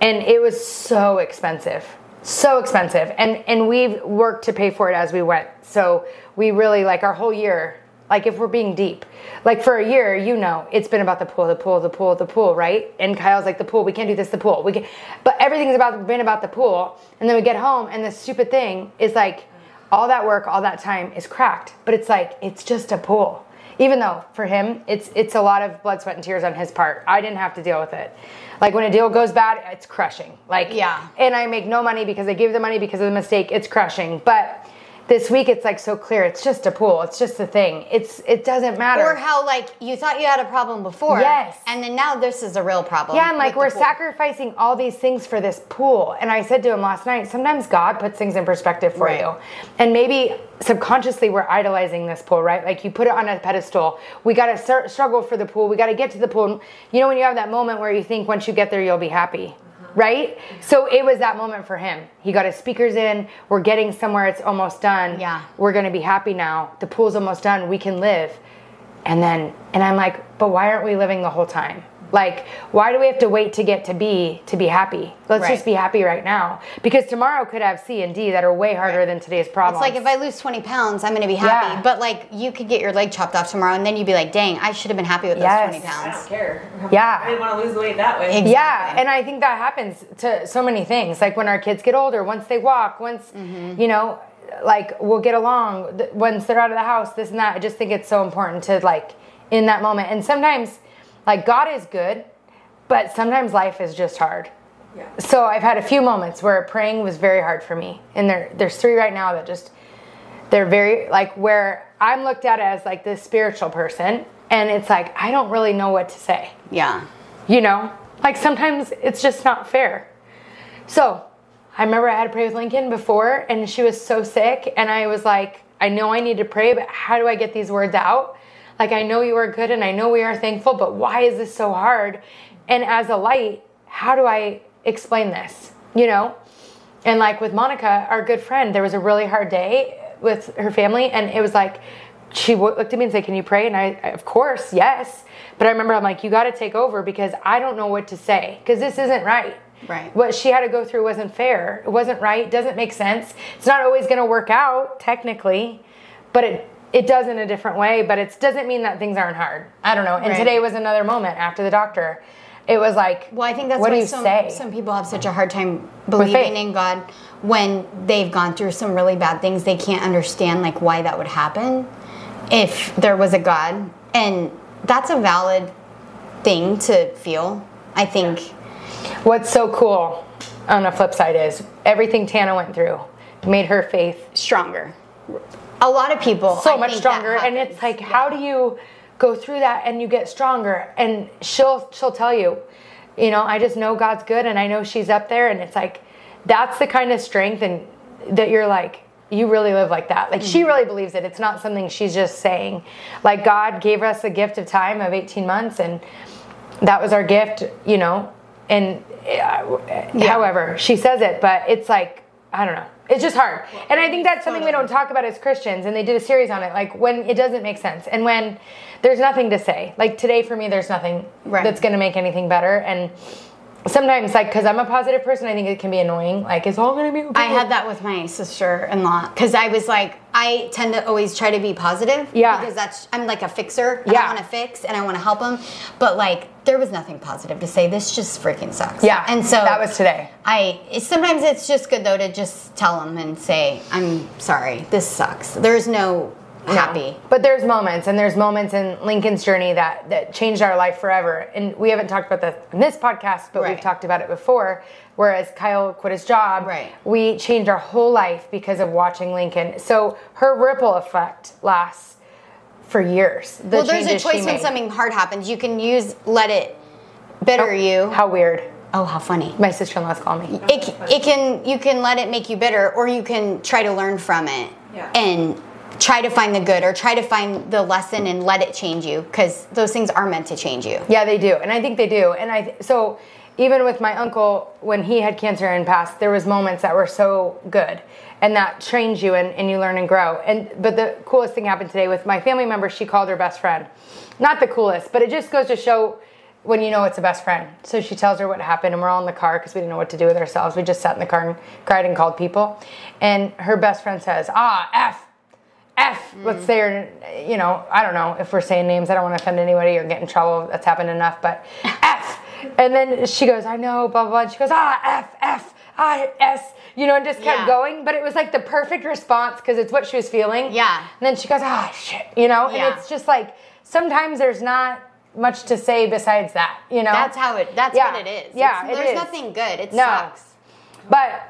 [SPEAKER 1] And it was so expensive. So expensive. And and we've worked to pay for it as we went. So we really like our whole year, like if we're being deep, like for a year, you know, it's been about the pool, the pool, the pool, the pool, right? And Kyle's like, the pool, we can't do this, the pool. We can but everything's about been about the pool. And then we get home and this stupid thing is like all that work, all that time is cracked. But it's like, it's just a pool even though for him it's it's a lot of blood sweat and tears on his part i didn't have to deal with it like when a deal goes bad it's crushing like
[SPEAKER 2] Yeah.
[SPEAKER 1] and i make no money because i give the money because of the mistake it's crushing but this week it's like so clear it's just a pool it's just a thing it's it doesn't matter
[SPEAKER 2] Or how, like, you thought you had a problem before.
[SPEAKER 1] Yes.
[SPEAKER 2] And then now this is a real problem.
[SPEAKER 1] yeah, and like
[SPEAKER 2] with
[SPEAKER 1] we're
[SPEAKER 2] the pool.
[SPEAKER 1] sacrificing all these things for this pool. And I said to him last night, sometimes God puts things in perspective for
[SPEAKER 2] Right.
[SPEAKER 1] you. And maybe subconsciously we're idolizing this pool, right? Like you put it on a pedestal. We got to ser- struggle for the pool. We got to get to the pool. And you know, when you have that moment where you think once you get there, you'll be happy.
[SPEAKER 2] Uh-huh.
[SPEAKER 1] Right? So it was that moment for him. He got his speakers in. We're getting somewhere. It's almost done.
[SPEAKER 2] Yeah.
[SPEAKER 1] We're going to be happy now. The pool's almost done. We can live. And then, and I'm like, but why aren't we living the whole time? Like, why do we have to wait to get to B to be happy? Let's
[SPEAKER 2] Right.
[SPEAKER 1] just be happy right now. Because tomorrow could have C and D that are way harder
[SPEAKER 2] Right.
[SPEAKER 1] than today's problem.
[SPEAKER 2] It's like if I lose 20 pounds, I'm going to be happy.
[SPEAKER 1] Yeah.
[SPEAKER 2] But like you could get your leg chopped off tomorrow and then you'd be like, dang, I should have been happy with those
[SPEAKER 1] Yes.
[SPEAKER 2] 20
[SPEAKER 3] I
[SPEAKER 2] pounds.
[SPEAKER 3] don't care.
[SPEAKER 1] Yeah.
[SPEAKER 3] I didn't want to lose the weight that way.
[SPEAKER 2] Exactly.
[SPEAKER 1] Yeah, and I think that happens to so many things. Like when our kids get older, once they walk, once you know, like we'll get along. th- Once they're out of the house, this and that. I just think it's so important to like in that moment. And sometimes, like God is good, but sometimes life is just hard.
[SPEAKER 3] Yeah.
[SPEAKER 1] So I've had a few moments where praying was very hard for me, and there there's three right now that just they're very like where I'm looked at as like this spiritual person, and it's like I don't really know what to say
[SPEAKER 2] Yeah.
[SPEAKER 1] you know like sometimes it's just not fair so i remember i had to pray with lincoln before and she was so sick and i was like i know i need to pray but how do i get these words out like i know you are good and i know we are thankful but why is this so hard and as a light how do i explain this you know and like with Monica, our good friend, there was a really hard day with her family, and it was like she w- looked at me and said, "Can you pray?" And I, I- of course, yes. But I remember I'm like, "You got to take over because I don't know what to say because this isn't right."
[SPEAKER 2] Right.
[SPEAKER 1] What she had to go through wasn't fair. It wasn't right. Doesn't make sense. It's not always going to work out technically, but it it does in a different way. But it doesn't mean that things aren't hard. I don't know. And
[SPEAKER 2] Right.
[SPEAKER 1] today was another moment after the doctor. It was like,
[SPEAKER 2] Well, I think that's
[SPEAKER 1] what
[SPEAKER 2] why
[SPEAKER 1] do you
[SPEAKER 2] some,
[SPEAKER 1] say?
[SPEAKER 2] some people have such a hard time believing
[SPEAKER 1] faith.
[SPEAKER 2] in God when they've gone through some really bad things. They can't understand like why that would happen if there was a God. And that's a valid thing to feel. I think
[SPEAKER 1] What's so cool on the flip side is everything Tana went through made her faith
[SPEAKER 2] stronger. A lot of people
[SPEAKER 1] so
[SPEAKER 2] I
[SPEAKER 1] much
[SPEAKER 2] think that
[SPEAKER 1] stronger. And it's
[SPEAKER 2] happens.
[SPEAKER 1] like, how do you go through that and you get stronger? And she'll she'll tell you, you know, I just know God's good and I know she's up there. And it's like that's the kind of strength and that you're like, you really live like that. Like
[SPEAKER 2] Mm-hmm.
[SPEAKER 1] she really believes it. It's not something she's just saying. Like God gave us a gift of time of 18 months and that was our gift, you know. And uh, however, she says it, but it's like I don't know. It's just hard, and I think that's something we don't talk about as Christians. And they did a series on it, like when it doesn't make sense, and when there's nothing to say. Like today, for me, there's nothing
[SPEAKER 2] Right.
[SPEAKER 1] that's going to make anything better, and sometimes like because I'm a positive person, I think it can be annoying. Like it's all gonna be okay.
[SPEAKER 2] I had that with my sister-in-law because I was like, I tend to always try to be positive.
[SPEAKER 1] Yeah.
[SPEAKER 2] Because that's I'm like a fixer.
[SPEAKER 1] Yeah.
[SPEAKER 2] I want to fix and I want to help them, but like there was nothing positive to say. This just freaking sucks.
[SPEAKER 1] Yeah.
[SPEAKER 2] And so
[SPEAKER 1] that was today.
[SPEAKER 2] I sometimes it's just good though to just tell them and say, I'm sorry. This sucks. There's no happy.
[SPEAKER 1] But there's moments, and there's moments in Lincoln's journey that that changed our life forever. And we haven't talked about that in this podcast, but
[SPEAKER 2] Right.
[SPEAKER 1] we've talked about it before. Whereas Kyle quit his job,
[SPEAKER 2] Right.
[SPEAKER 1] we changed our whole life because of watching Lincoln. So her ripple effect lasts for years. The
[SPEAKER 2] well, there's a
[SPEAKER 1] changes she
[SPEAKER 2] choice when
[SPEAKER 1] made.
[SPEAKER 2] something hard happens. You can use let it bitter you.
[SPEAKER 1] How weird.
[SPEAKER 2] oh, how funny.
[SPEAKER 1] My sister-in-law's calling me.
[SPEAKER 2] it, it can you can let it make you bitter or you can try to learn from it
[SPEAKER 3] Yeah.
[SPEAKER 2] and try to find the good or try to find the lesson and let it change you because those things are meant to change you
[SPEAKER 1] Yeah, they do, and I think they do, and I th- so even with my uncle when he had cancer and passed, there was moments that were so good, and that trains you and, and you learn and grow. And but the coolest thing happened today with my family member. She called her best friend, not the coolest, but it just goes to show when you know it's a best friend. So she tells her what happened, and we're all in the car because we didn't know what to do with ourselves. We just sat in the car and cried and called people, and her best friend says, "Ah, f." F, let's say, or, you know, I don't know if we're saying names. I don't want to offend anybody or get in trouble. That's happened enough, but F. And then she goes, I know, blah, blah, blah. And she goes, ah, F, F, I, S, you know, and just kept
[SPEAKER 2] Yeah.
[SPEAKER 1] going. But it was like the perfect response because it's what she was feeling.
[SPEAKER 2] Yeah.
[SPEAKER 1] And then she goes, ah, shit, you know,
[SPEAKER 2] Yeah.
[SPEAKER 1] and it's just like sometimes there's not much to say besides that, you know?
[SPEAKER 2] that's how it that's
[SPEAKER 1] Yeah.
[SPEAKER 2] what it is
[SPEAKER 1] Yeah,
[SPEAKER 2] It's-
[SPEAKER 1] it
[SPEAKER 2] there's
[SPEAKER 1] is.
[SPEAKER 2] nothing good it
[SPEAKER 1] No.
[SPEAKER 2] sucks
[SPEAKER 1] But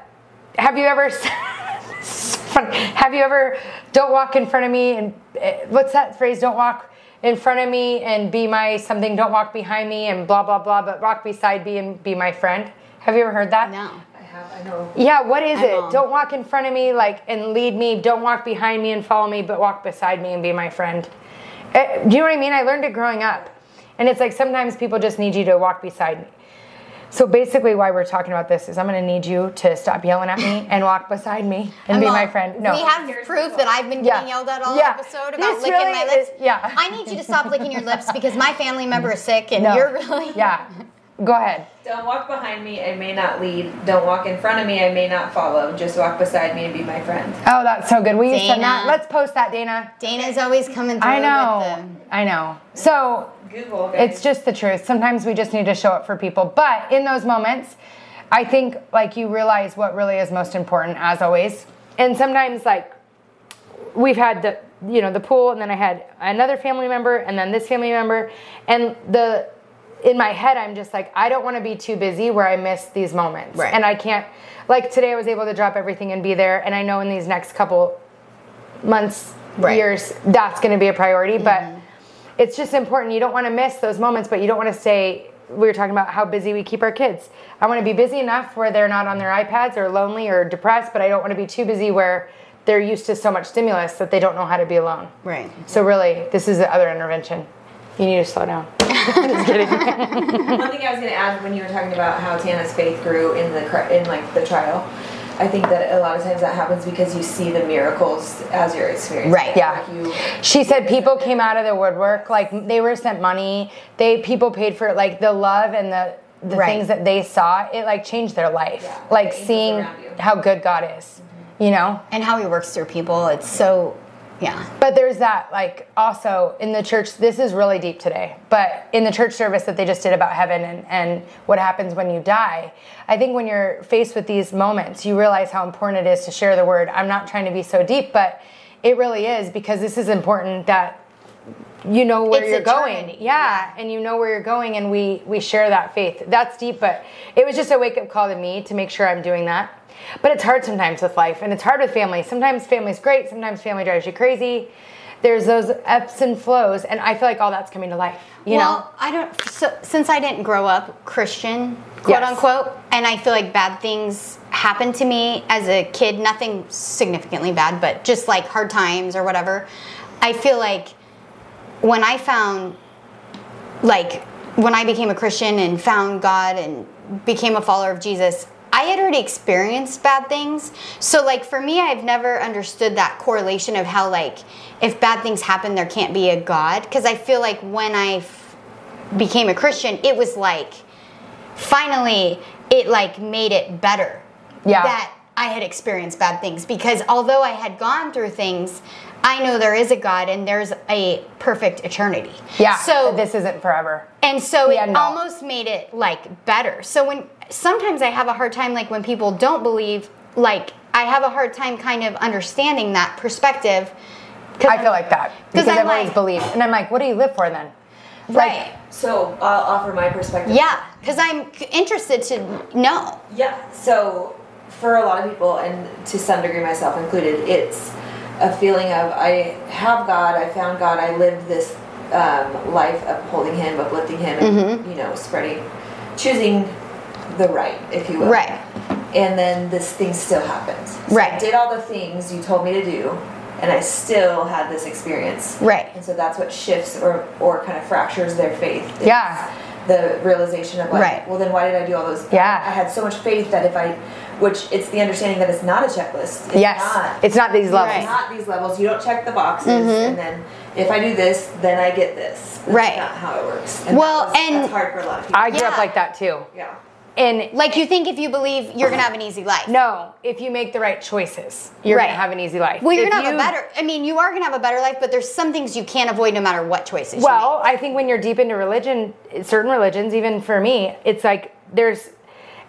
[SPEAKER 1] have you ever? it's funny. have you ever? Don't walk in front of me and eh, what's that phrase? Don't walk in front of me and be my something. Don't walk behind me and blah blah blah. But walk beside me and be my friend. Have you ever heard that?
[SPEAKER 2] no
[SPEAKER 3] I have. I know.
[SPEAKER 1] Yeah. What is
[SPEAKER 2] I'm
[SPEAKER 1] it?
[SPEAKER 2] wrong.
[SPEAKER 1] Don't walk in front of me like and lead me. Don't walk behind me and follow me, but walk beside me and be my friend. Eh, do you know what I mean? I learned it growing up, and it's like sometimes people just need you to walk beside me. So basically, why we're talking about this is I'm going to need you to stop yelling at me and walk beside me and
[SPEAKER 2] I'm
[SPEAKER 1] be
[SPEAKER 2] all-
[SPEAKER 1] my friend. No,
[SPEAKER 2] we have
[SPEAKER 3] Here's
[SPEAKER 2] proof
[SPEAKER 3] the
[SPEAKER 2] that I've been
[SPEAKER 1] Yeah.
[SPEAKER 2] getting yelled at all
[SPEAKER 1] Yeah.
[SPEAKER 2] episode about
[SPEAKER 1] This
[SPEAKER 2] licking my
[SPEAKER 1] really
[SPEAKER 2] lips.
[SPEAKER 1] is- yeah.
[SPEAKER 2] I need you to stop licking your lips because my family member is sick and
[SPEAKER 1] No.
[SPEAKER 2] you're really
[SPEAKER 1] yeah. Go ahead.
[SPEAKER 3] Don't walk behind me. I may not lead. Don't walk in front of me. I may not follow. Just walk beside me and be my friend.
[SPEAKER 1] Oh, that's so good. We used to
[SPEAKER 2] Dana.
[SPEAKER 1] not. Let's post that, Dana.
[SPEAKER 2] Dana's always coming through
[SPEAKER 1] I
[SPEAKER 2] with
[SPEAKER 1] know. I know. So
[SPEAKER 3] Google. Guys.
[SPEAKER 1] it's just the truth. Sometimes we just need to show up for people. But in those moments, I think like you realize what really is most important as always. And sometimes like we've had the you know the pool and then I had another family member and then this family member and the in my head I'm just like I don't want to be too busy where I miss these moments.
[SPEAKER 2] Right.
[SPEAKER 1] And I can't like today I was able to drop everything and be there and I know in these next couple months,
[SPEAKER 2] Right. Mm-hmm.
[SPEAKER 1] years, that's going to be a priority. But it's just important. You don't want to miss those moments, but you don't want to say, we were talking about how busy we keep our kids. I want to be busy enough where they're not on their iPads or lonely or depressed, but I don't want to be too busy where they're used to so much stimulus that they don't know how to be alone.
[SPEAKER 2] the right.
[SPEAKER 1] So, really, this is the other intervention. You need to slow down. just kidding.
[SPEAKER 3] One thing I was going to add when you were talking about how Tana's faith grew in the cri- in like the trial, I think that a lot of times that happens because you see the miracles as you're experiencing.
[SPEAKER 2] Right,
[SPEAKER 3] it.
[SPEAKER 1] yeah.
[SPEAKER 3] Like you,
[SPEAKER 1] She said people came out of the woodwork, like they were sent money. They people paid for it, like the love and the the
[SPEAKER 2] Right.
[SPEAKER 1] things that they saw. It like changed their life,
[SPEAKER 3] Yeah,
[SPEAKER 1] like
[SPEAKER 3] the angels
[SPEAKER 1] seeing
[SPEAKER 3] around you.
[SPEAKER 1] how good God is, you know.
[SPEAKER 2] And how he works through people. It's so yeah.
[SPEAKER 1] But there's that, like also in the church. This is really deep today, but in the church service that they just did about heaven and and what happens when you die, I think when you're faced with these moments, you realize how important it is to share the word. I'm not trying to be so deep, but it really is because this is important that you know where
[SPEAKER 2] It's
[SPEAKER 1] you're
[SPEAKER 2] eternity.
[SPEAKER 1] going. Yeah, and you know where you're going and we we share that faith. That's deep, but it was just a wake-up call to me to make sure I'm doing that. But it's hard sometimes with life and it's hard with family. Sometimes family's great, sometimes family drives you crazy. There's those ebbs and flows and I feel like all that's coming to life, you
[SPEAKER 2] well,
[SPEAKER 1] know.
[SPEAKER 2] I don't. So, since I didn't grow up Christian, quote
[SPEAKER 1] Yes.
[SPEAKER 2] unquote, and I feel like bad things happened to me as a kid. Nothing significantly bad, but just like hard times or whatever. I feel like when I found, like, when I became a Christian and found God and became a follower of Jesus. I had already experienced bad things. So, like, for me, I've never understood that correlation of how, like, if bad things happen, there can't be a God. Because I feel like when I f- became a Christian, it was like finally it like made it better
[SPEAKER 1] Yeah.
[SPEAKER 2] that I had experienced bad things because although I had gone through things, I know there is a God and there's a perfect eternity.
[SPEAKER 1] Yeah.
[SPEAKER 2] So
[SPEAKER 1] this isn't forever.
[SPEAKER 2] and so
[SPEAKER 1] Yeah,
[SPEAKER 2] it
[SPEAKER 1] no.
[SPEAKER 2] almost made it like better. So when sometimes I have a hard time like when people don't believe, like I have a hard time kind of understanding that perspective. 'Cause-
[SPEAKER 1] I feel like that because
[SPEAKER 2] I'm
[SPEAKER 1] I've always
[SPEAKER 2] like-
[SPEAKER 1] believed, and I'm like, what do you live for then? Like,
[SPEAKER 2] right.
[SPEAKER 3] So I'll offer my perspective.
[SPEAKER 2] Yeah, because I'm c- interested to know.
[SPEAKER 3] Yeah. So for a lot of people, and to some degree myself included, it's a feeling of I have God, I found God, I lived this um, life upholding Him, uplifting Him, and, you know, spreading, choosing the right, if you will.
[SPEAKER 2] Right.
[SPEAKER 3] And then this thing still happened. So I
[SPEAKER 2] Right.
[SPEAKER 3] did all the things you told me to do, and I still had this experience.
[SPEAKER 2] Right.
[SPEAKER 3] And so that's what shifts or, or kind of fractures their faith. is
[SPEAKER 1] Yeah.
[SPEAKER 3] The realization of like,
[SPEAKER 2] Right.
[SPEAKER 3] well, then why did I do all those?
[SPEAKER 1] Yeah.
[SPEAKER 3] I had so much faith that if I, which it's the understanding that it's not a checklist. It's
[SPEAKER 1] yes,
[SPEAKER 3] Not,
[SPEAKER 1] it's not these levels.
[SPEAKER 3] it's not these levels. You don't check the boxes, and then if I do this, then I get this. That's
[SPEAKER 2] Mm-hmm. Right.
[SPEAKER 3] Not how it works.
[SPEAKER 2] Well,
[SPEAKER 3] that was-
[SPEAKER 2] and-
[SPEAKER 3] that's hard for a lot of people.
[SPEAKER 1] I grew up
[SPEAKER 2] Yeah.
[SPEAKER 1] like that too,
[SPEAKER 3] yeah.
[SPEAKER 1] and
[SPEAKER 2] Like you think if you believe, you're gonna have an easy life.
[SPEAKER 1] no, if you make the right choices, you're
[SPEAKER 2] Right.
[SPEAKER 1] gonna have an easy life.
[SPEAKER 2] Well, you're
[SPEAKER 1] If
[SPEAKER 2] gonna have
[SPEAKER 1] you-
[SPEAKER 2] a better. I mean, you are gonna have a better life, but there's some things you can't avoid no matter what choices. you
[SPEAKER 1] Well, I think when you're deep into religion, certain religions, even for me, it's like there's,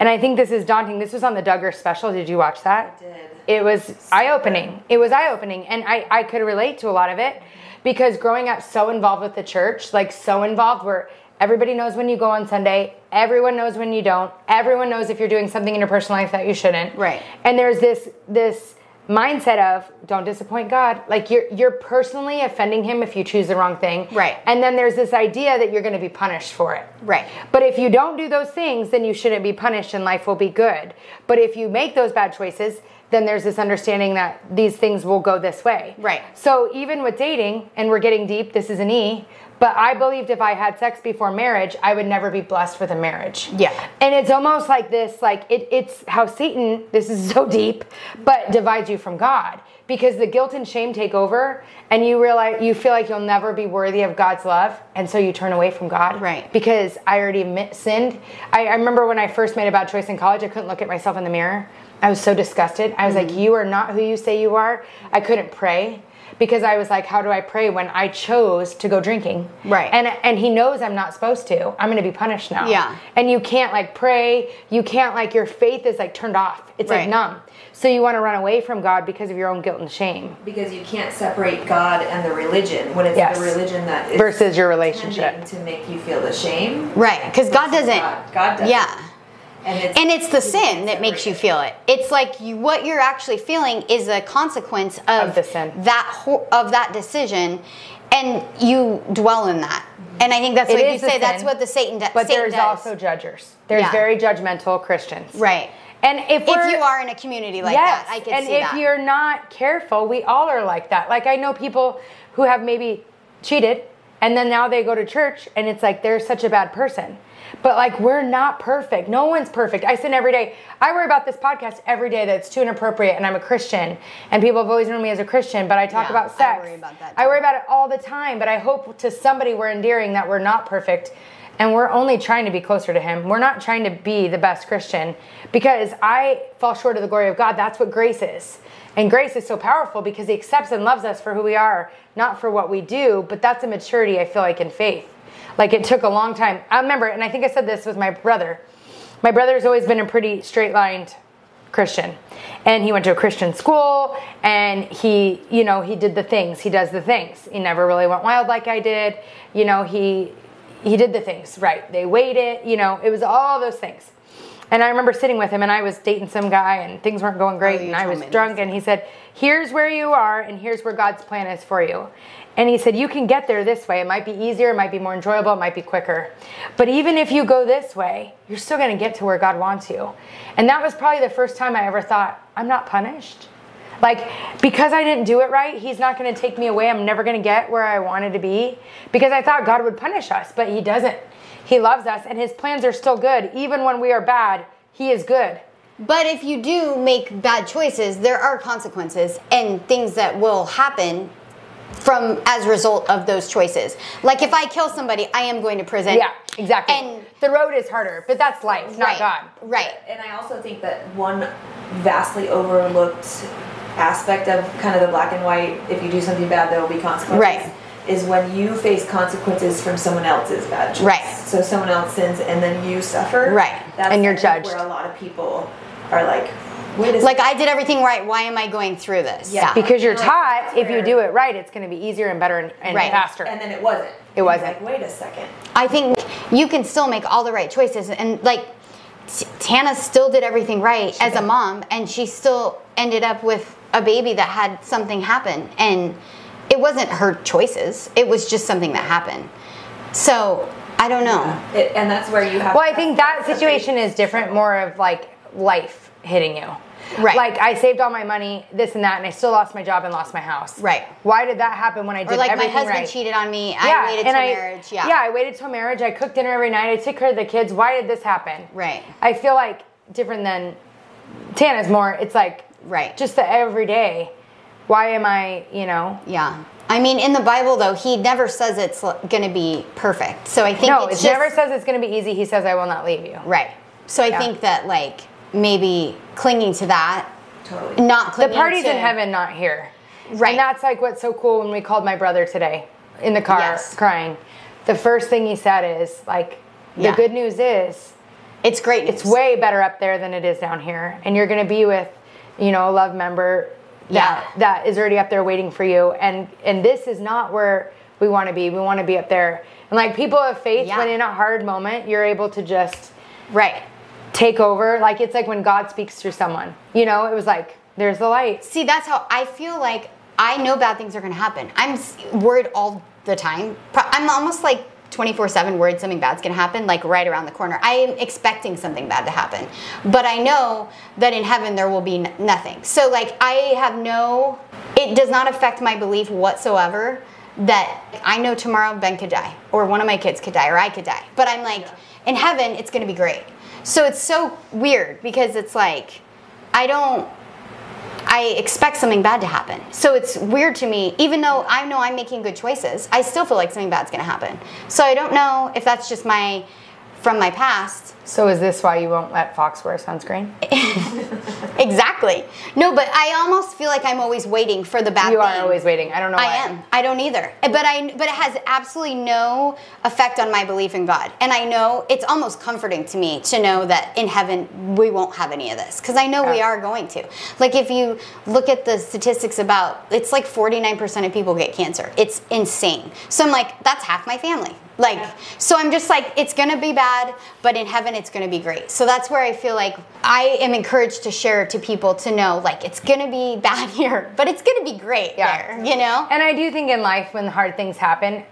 [SPEAKER 1] and I think this is daunting. This was on the Duggar special. Did you watch that?
[SPEAKER 3] I did.
[SPEAKER 1] It was eye opening. It was eye opening, and I I could relate to a lot of it because growing up so involved with the church, like so involved, where everybody knows when you go on Sunday, everyone knows when you don't, everyone knows if you're doing something in your personal life that you shouldn't.
[SPEAKER 2] Right.
[SPEAKER 1] And there's this this mindset of don't disappoint God. Like you're you're personally offending Him if you choose the wrong thing.
[SPEAKER 2] Right.
[SPEAKER 1] And then there's this idea that you're going to be punished for it.
[SPEAKER 2] Right.
[SPEAKER 1] But if you don't do those things, then you shouldn't be punished and life will be good. But if you make those bad choices, then there's this understanding that these things will go this way.
[SPEAKER 2] Right.
[SPEAKER 1] So even with dating, and we're getting deep, this is an E, but I believed if I had sex before marriage, I would never be blessed with a marriage.
[SPEAKER 2] Yeah.
[SPEAKER 1] And it's almost like this, like it, it's how Satan, this is so deep, but divides you from God because the guilt and shame take over and you realize, you feel like you'll never be worthy of God's love. And so you turn away from God.
[SPEAKER 2] Right.
[SPEAKER 1] Because I already mi- sinned. I, I remember when I first made a bad choice in college, I couldn't look at myself in the mirror. I was so disgusted. I was
[SPEAKER 2] Mm-hmm.
[SPEAKER 1] like, you are not who you say you are. I couldn't pray because I was like, how do I pray when I chose to go drinking?
[SPEAKER 2] Right.
[SPEAKER 1] And and he knows I'm not supposed to. I'm going to be punished now.
[SPEAKER 2] Yeah.
[SPEAKER 1] And you can't like pray. You can't like your faith is like turned off. It's
[SPEAKER 2] Right.
[SPEAKER 1] like numb. So you want to run away from God because of your own guilt and shame
[SPEAKER 3] Because you can't separate God and the religion when it's
[SPEAKER 1] Yes.
[SPEAKER 3] the religion that is
[SPEAKER 1] versus your
[SPEAKER 3] tending
[SPEAKER 1] relationship.
[SPEAKER 3] to make you feel the shame.
[SPEAKER 2] Right, because God
[SPEAKER 3] versus
[SPEAKER 2] doesn't.
[SPEAKER 3] God, God doesn't.
[SPEAKER 2] Yeah.
[SPEAKER 3] And it's,
[SPEAKER 2] And it's the
[SPEAKER 3] you can't
[SPEAKER 2] sin that makes you
[SPEAKER 3] separate it.
[SPEAKER 2] feel it. It's like you, what you're actually feeling is a consequence of,
[SPEAKER 1] Of the sin.
[SPEAKER 2] that ho- of that decision, and you dwell in that. And I think that's
[SPEAKER 1] It
[SPEAKER 2] what you
[SPEAKER 1] is the
[SPEAKER 2] say. That's
[SPEAKER 1] sin,
[SPEAKER 2] what the Satan, do-
[SPEAKER 1] But
[SPEAKER 2] Satan
[SPEAKER 1] there's
[SPEAKER 2] does.
[SPEAKER 1] also judgers. There's
[SPEAKER 2] Yeah.
[SPEAKER 1] very judgmental Christians.
[SPEAKER 2] right.
[SPEAKER 1] And if
[SPEAKER 2] If
[SPEAKER 1] we're,
[SPEAKER 2] you are in a community like that, I can
[SPEAKER 1] and
[SPEAKER 2] see
[SPEAKER 1] if
[SPEAKER 2] that.
[SPEAKER 1] you're not careful, we all are like that. Like I know people who have maybe cheated and then now they go to church and it's like they're such a bad person. But like we're not perfect. No one's perfect. I sin every day. I worry about this podcast every day that it's too inappropriate and I'm a Christian and people have always known me as a Christian, but I talk
[SPEAKER 2] Yeah,
[SPEAKER 1] about
[SPEAKER 2] I
[SPEAKER 1] sex.
[SPEAKER 2] worry about that
[SPEAKER 1] I
[SPEAKER 2] too.
[SPEAKER 1] worry about it all the time, but I hope to somebody we're endearing that we're not perfect and we're only trying to be closer to him. We're not trying to be the best Christian because I fall short of the glory of God. That's what grace is. And grace is so powerful because he accepts and loves us for who we are, not for what we do, but that's a maturity I feel like in faith. Like it took a long time. I remember, and I think I said this with my brother. My brother's always been a pretty straight lined Christian. And he went to a Christian school and he, you know, he did the things. He does the things. He never really went wild like I did. You know, he he did the things right. They weighed it, you know, it was all those things. And I remember sitting with him and I was dating some guy and things weren't going great
[SPEAKER 2] Oh, you
[SPEAKER 1] and I
[SPEAKER 2] told
[SPEAKER 1] was
[SPEAKER 2] me this.
[SPEAKER 1] drunk and he said, "Here's where you are and here's where God's plan is for you." And he said, "You can get there this way. It might be easier, it might be more enjoyable, it might be quicker. But even if you go this way, you're still going to get to where God wants you." And that was probably the first time I ever thought, "I'm not punished." Like, because I didn't do it right, he's not going to take me away. I'm never going to get where I wanted to be because I thought God would punish us, but he doesn't. He loves us and his plans are still good. Even when we are bad, he is good.
[SPEAKER 2] But if you do make bad choices, there are consequences and things that will happen from as a result of those choices. Like if I kill somebody, I am going to prison.
[SPEAKER 1] Yeah, exactly.
[SPEAKER 2] And
[SPEAKER 1] the road is harder, but that's life, not
[SPEAKER 2] right,
[SPEAKER 1] God.
[SPEAKER 2] Right.
[SPEAKER 3] And I also think that one vastly overlooked aspect of kind of the black and white, if you do something bad, there will be consequences.
[SPEAKER 2] Right.
[SPEAKER 3] Is when you face consequences from someone else's bad choice.
[SPEAKER 2] Right.
[SPEAKER 3] So someone else sins and then you suffer.
[SPEAKER 2] Right.
[SPEAKER 3] That's
[SPEAKER 1] And you're
[SPEAKER 3] I think
[SPEAKER 1] judged.
[SPEAKER 3] Where a lot of people are like, wait a
[SPEAKER 2] Like
[SPEAKER 3] second.
[SPEAKER 2] I did everything right. Why am I going through this?
[SPEAKER 3] Yeah.
[SPEAKER 1] Because you're
[SPEAKER 3] Like,
[SPEAKER 1] taught if you
[SPEAKER 3] where-
[SPEAKER 1] do it right, it's going to be easier and better and, and
[SPEAKER 2] Right.
[SPEAKER 1] faster.
[SPEAKER 3] And then it wasn't.
[SPEAKER 1] It wasn't.
[SPEAKER 3] Like, wait a second.
[SPEAKER 2] I think you can still make all the right choices, and like T- Tana still did everything right as a mom, and she still ended up with a baby that had something happen, and it wasn't her choices. It was just something that happened. So I don't know.
[SPEAKER 3] It, and that's where you have.
[SPEAKER 1] Well, I
[SPEAKER 3] to-
[SPEAKER 1] think that situation is different, more of like life hitting you.
[SPEAKER 2] Right.
[SPEAKER 1] Like I saved all my money, this and that, and I still lost my job and lost my house.
[SPEAKER 2] Right.
[SPEAKER 1] Why did that happen when I did
[SPEAKER 2] Or like my
[SPEAKER 1] everything
[SPEAKER 2] husband
[SPEAKER 1] right?
[SPEAKER 2] cheated on me.
[SPEAKER 1] yeah,
[SPEAKER 2] I waited
[SPEAKER 1] and
[SPEAKER 2] till
[SPEAKER 1] I,
[SPEAKER 2] marriage. Yeah.
[SPEAKER 1] Yeah, I waited till marriage. I cooked dinner every night. I took care of the kids. Why did this happen?
[SPEAKER 2] Right.
[SPEAKER 1] I feel like different than Tana's more. It's like
[SPEAKER 2] Right.
[SPEAKER 1] just the everyday. Why am I? You know.
[SPEAKER 2] Yeah. I mean, in the Bible though, he never says it's going to be perfect. So I think
[SPEAKER 1] No, it
[SPEAKER 2] it's just,
[SPEAKER 1] never says it's going to be easy. He says, "I will not leave you."
[SPEAKER 2] right. So I
[SPEAKER 1] Yeah.
[SPEAKER 2] think that like maybe clinging to that,
[SPEAKER 3] Totally.
[SPEAKER 2] not
[SPEAKER 1] The
[SPEAKER 2] clinging.
[SPEAKER 1] party's
[SPEAKER 2] to,
[SPEAKER 1] in heaven, not here.
[SPEAKER 2] Right.
[SPEAKER 1] And that's like what's so cool when we called my brother today in the car
[SPEAKER 2] Yes.
[SPEAKER 1] crying. The first thing he said is, like, the
[SPEAKER 2] Yeah.
[SPEAKER 1] good news is
[SPEAKER 2] It's great.
[SPEAKER 1] it's way better up there than it is down here. And you're going to be with, you know, a love member that,
[SPEAKER 2] Yeah.
[SPEAKER 1] that is already up there waiting for you. And, and this is not where we want to be. We want to be up there. And like people of faith,
[SPEAKER 2] Yeah.
[SPEAKER 1] when in a hard moment, you're able to just
[SPEAKER 2] right.
[SPEAKER 1] take over. Like it's like when God speaks through someone, you know, it was like, there's the light.
[SPEAKER 2] See, that's how I feel like I know bad things are going to happen. I'm s- worried all the time. Pro- I'm almost like 24 7 worried something bad's going to happen, like right around the corner. I am expecting something bad to happen. But I know that in heaven there will be n- nothing. So, like, I have no, it does not affect my belief whatsoever that I know tomorrow Ben could die, or one of my kids could die, or I could die. But I'm like, in heaven, it's going to be great. So it's so weird because it's like, I don't. I expect something bad to happen. So it's weird to me, even though I know I'm making good choices, I still feel like something bad's gonna happen. So I don't know if that's just my from my past.
[SPEAKER 1] So is this why you won't let Fox wear sunscreen?
[SPEAKER 2] Exactly. No, but I almost feel like I'm always waiting for the bad
[SPEAKER 1] You
[SPEAKER 2] thing.
[SPEAKER 1] are always waiting. I don't know.
[SPEAKER 2] I
[SPEAKER 1] why.
[SPEAKER 2] am. I don't either. But I but it has absolutely no effect on my belief in God. And I know it's almost comforting to me to know that in heaven we won't have any of this cuz I know we
[SPEAKER 1] Yeah.
[SPEAKER 2] are going to. Like if you look at the statistics about it's like 49% of people get cancer. It's insane. So I'm like that's half my family. Like so I'm just like it's going to be bad, but in heaven it's going to be great. So that's where I feel like I am encouraged to share to people to know like it's going to be bad here, but it's going to be great
[SPEAKER 1] Yeah.
[SPEAKER 2] there, you know?
[SPEAKER 1] And I do think in life when hard things happen,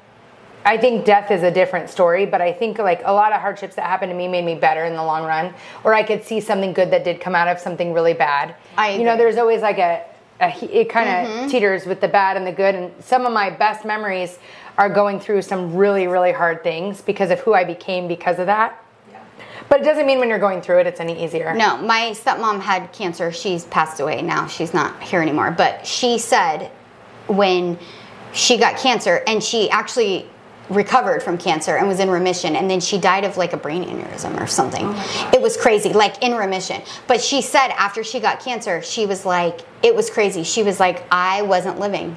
[SPEAKER 1] I think death is a different story, but I think like a lot of hardships that happened to me made me better in the long run, or I could see something good that did come out of something really bad.
[SPEAKER 2] I
[SPEAKER 1] you know,
[SPEAKER 2] agree. Mm-hmm.
[SPEAKER 1] there's always like a, a it kind of teeters with the bad and the good, and some of my best memories are going through some really really hard things because of who I became because of that. But it doesn't mean when you're going through it, it's any easier.
[SPEAKER 2] No, my stepmom had cancer. She's passed away now. She's not here anymore. But she said when she got cancer, and she actually recovered from cancer and was in remission, and then she died of like a brain aneurysm or something. it was crazy, like in remission. But she said after she got cancer, she was like, it was crazy. She was like, I wasn't living.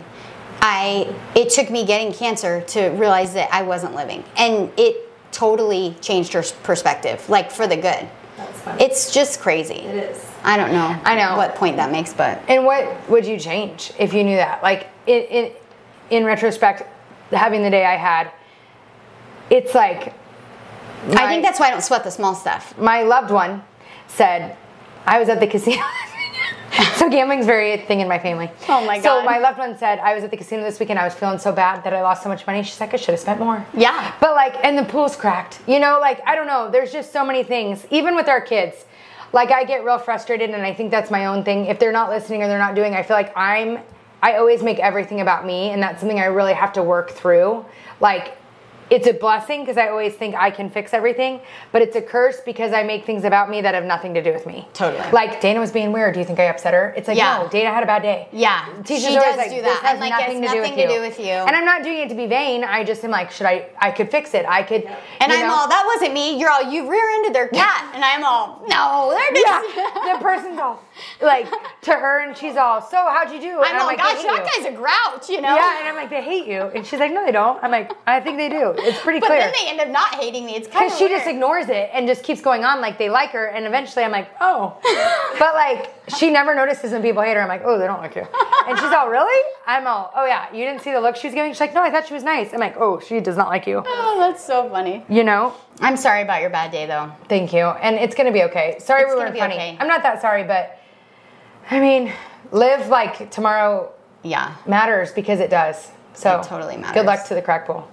[SPEAKER 2] I it took me getting cancer to realize that I wasn't living, and it totally changed her perspective, like for the good.
[SPEAKER 3] That's funny.
[SPEAKER 2] It's just crazy.
[SPEAKER 3] it is.
[SPEAKER 2] I don't know.
[SPEAKER 1] I know.
[SPEAKER 2] what point that makes, but
[SPEAKER 1] And what would you change if you knew that? Like in in, in retrospect, having the day I had, it's like
[SPEAKER 2] I
[SPEAKER 1] my-
[SPEAKER 2] think that's why I don't sweat the small stuff.
[SPEAKER 1] my loved one said I was at the casino. so gambling's very a thing in my family.
[SPEAKER 2] Oh my
[SPEAKER 1] So
[SPEAKER 2] God.
[SPEAKER 1] my loved one said I was at the casino this weekend. I was feeling so bad that I lost so much money. She's like I should have spent more.
[SPEAKER 2] Yeah.
[SPEAKER 1] But like, and the pool's cracked. You know, like I don't know. There's just so many things. Even with our kids, like I get real frustrated, and I think that's my own thing. If they're not listening or they're not doing, I feel like I'm. I always make everything about me, and that's something I really have to work through. Like, It's a blessing because I always think I can fix everything, but it's a curse because I make things about me that have nothing to do with me.
[SPEAKER 2] Totally.
[SPEAKER 1] Like Dana was being weird. Do you think I upset her? It's like
[SPEAKER 2] Yeah.
[SPEAKER 1] no, Dana had a bad day.
[SPEAKER 2] Yeah.
[SPEAKER 1] Teachers
[SPEAKER 2] She
[SPEAKER 1] are always
[SPEAKER 2] does
[SPEAKER 1] like,
[SPEAKER 2] do
[SPEAKER 1] "This
[SPEAKER 2] that."
[SPEAKER 1] has
[SPEAKER 2] And, like,
[SPEAKER 1] nothing,
[SPEAKER 2] it's
[SPEAKER 1] to, do
[SPEAKER 2] nothing
[SPEAKER 1] with
[SPEAKER 2] to
[SPEAKER 1] you.
[SPEAKER 2] do with you.
[SPEAKER 1] And I'm not doing it to be vain. I just am like, should I? I could fix it. I could.
[SPEAKER 2] And
[SPEAKER 1] you
[SPEAKER 2] I'm
[SPEAKER 1] know?
[SPEAKER 2] all, that wasn't me. You're all, you rear-ended their cat. and I'm all, no, they're
[SPEAKER 1] Yeah,
[SPEAKER 2] just.
[SPEAKER 1] the person's all like to her, and she's all, "So how'd you do?" And
[SPEAKER 2] I'm, all,
[SPEAKER 1] like, "They
[SPEAKER 2] gosh,
[SPEAKER 1] hate
[SPEAKER 2] that
[SPEAKER 1] you."
[SPEAKER 2] guy's a grouch, you know?
[SPEAKER 1] Yeah, and I'm like, they hate you. And she's like, no, they don't. I'm like, I think they do. It's pretty
[SPEAKER 2] But
[SPEAKER 1] clear.
[SPEAKER 2] then they end up not hating me. It's kind
[SPEAKER 1] Because
[SPEAKER 2] of
[SPEAKER 1] she just ignores it and just keeps going on like they like her. And eventually I'm like, oh. but like, she never notices when people hate her. I'm like, oh, they don't like you. And she's all, really? I'm all, oh, yeah. You didn't see the look she was giving? She's like, no, I thought she was nice. I'm like, oh, she does not like you.
[SPEAKER 2] Oh, that's so funny.
[SPEAKER 1] You know?
[SPEAKER 2] I'm sorry about your bad day, though.
[SPEAKER 1] Thank you. And it's going to be okay. Sorry
[SPEAKER 2] It's
[SPEAKER 1] we
[SPEAKER 2] gonna
[SPEAKER 1] weren't
[SPEAKER 2] be
[SPEAKER 1] funny.
[SPEAKER 2] okay.
[SPEAKER 1] I'm not that sorry, but I mean, live like tomorrow
[SPEAKER 2] Yeah.
[SPEAKER 1] matters because it does. So
[SPEAKER 2] It totally
[SPEAKER 1] Good
[SPEAKER 2] matters.
[SPEAKER 1] luck to the crack pool.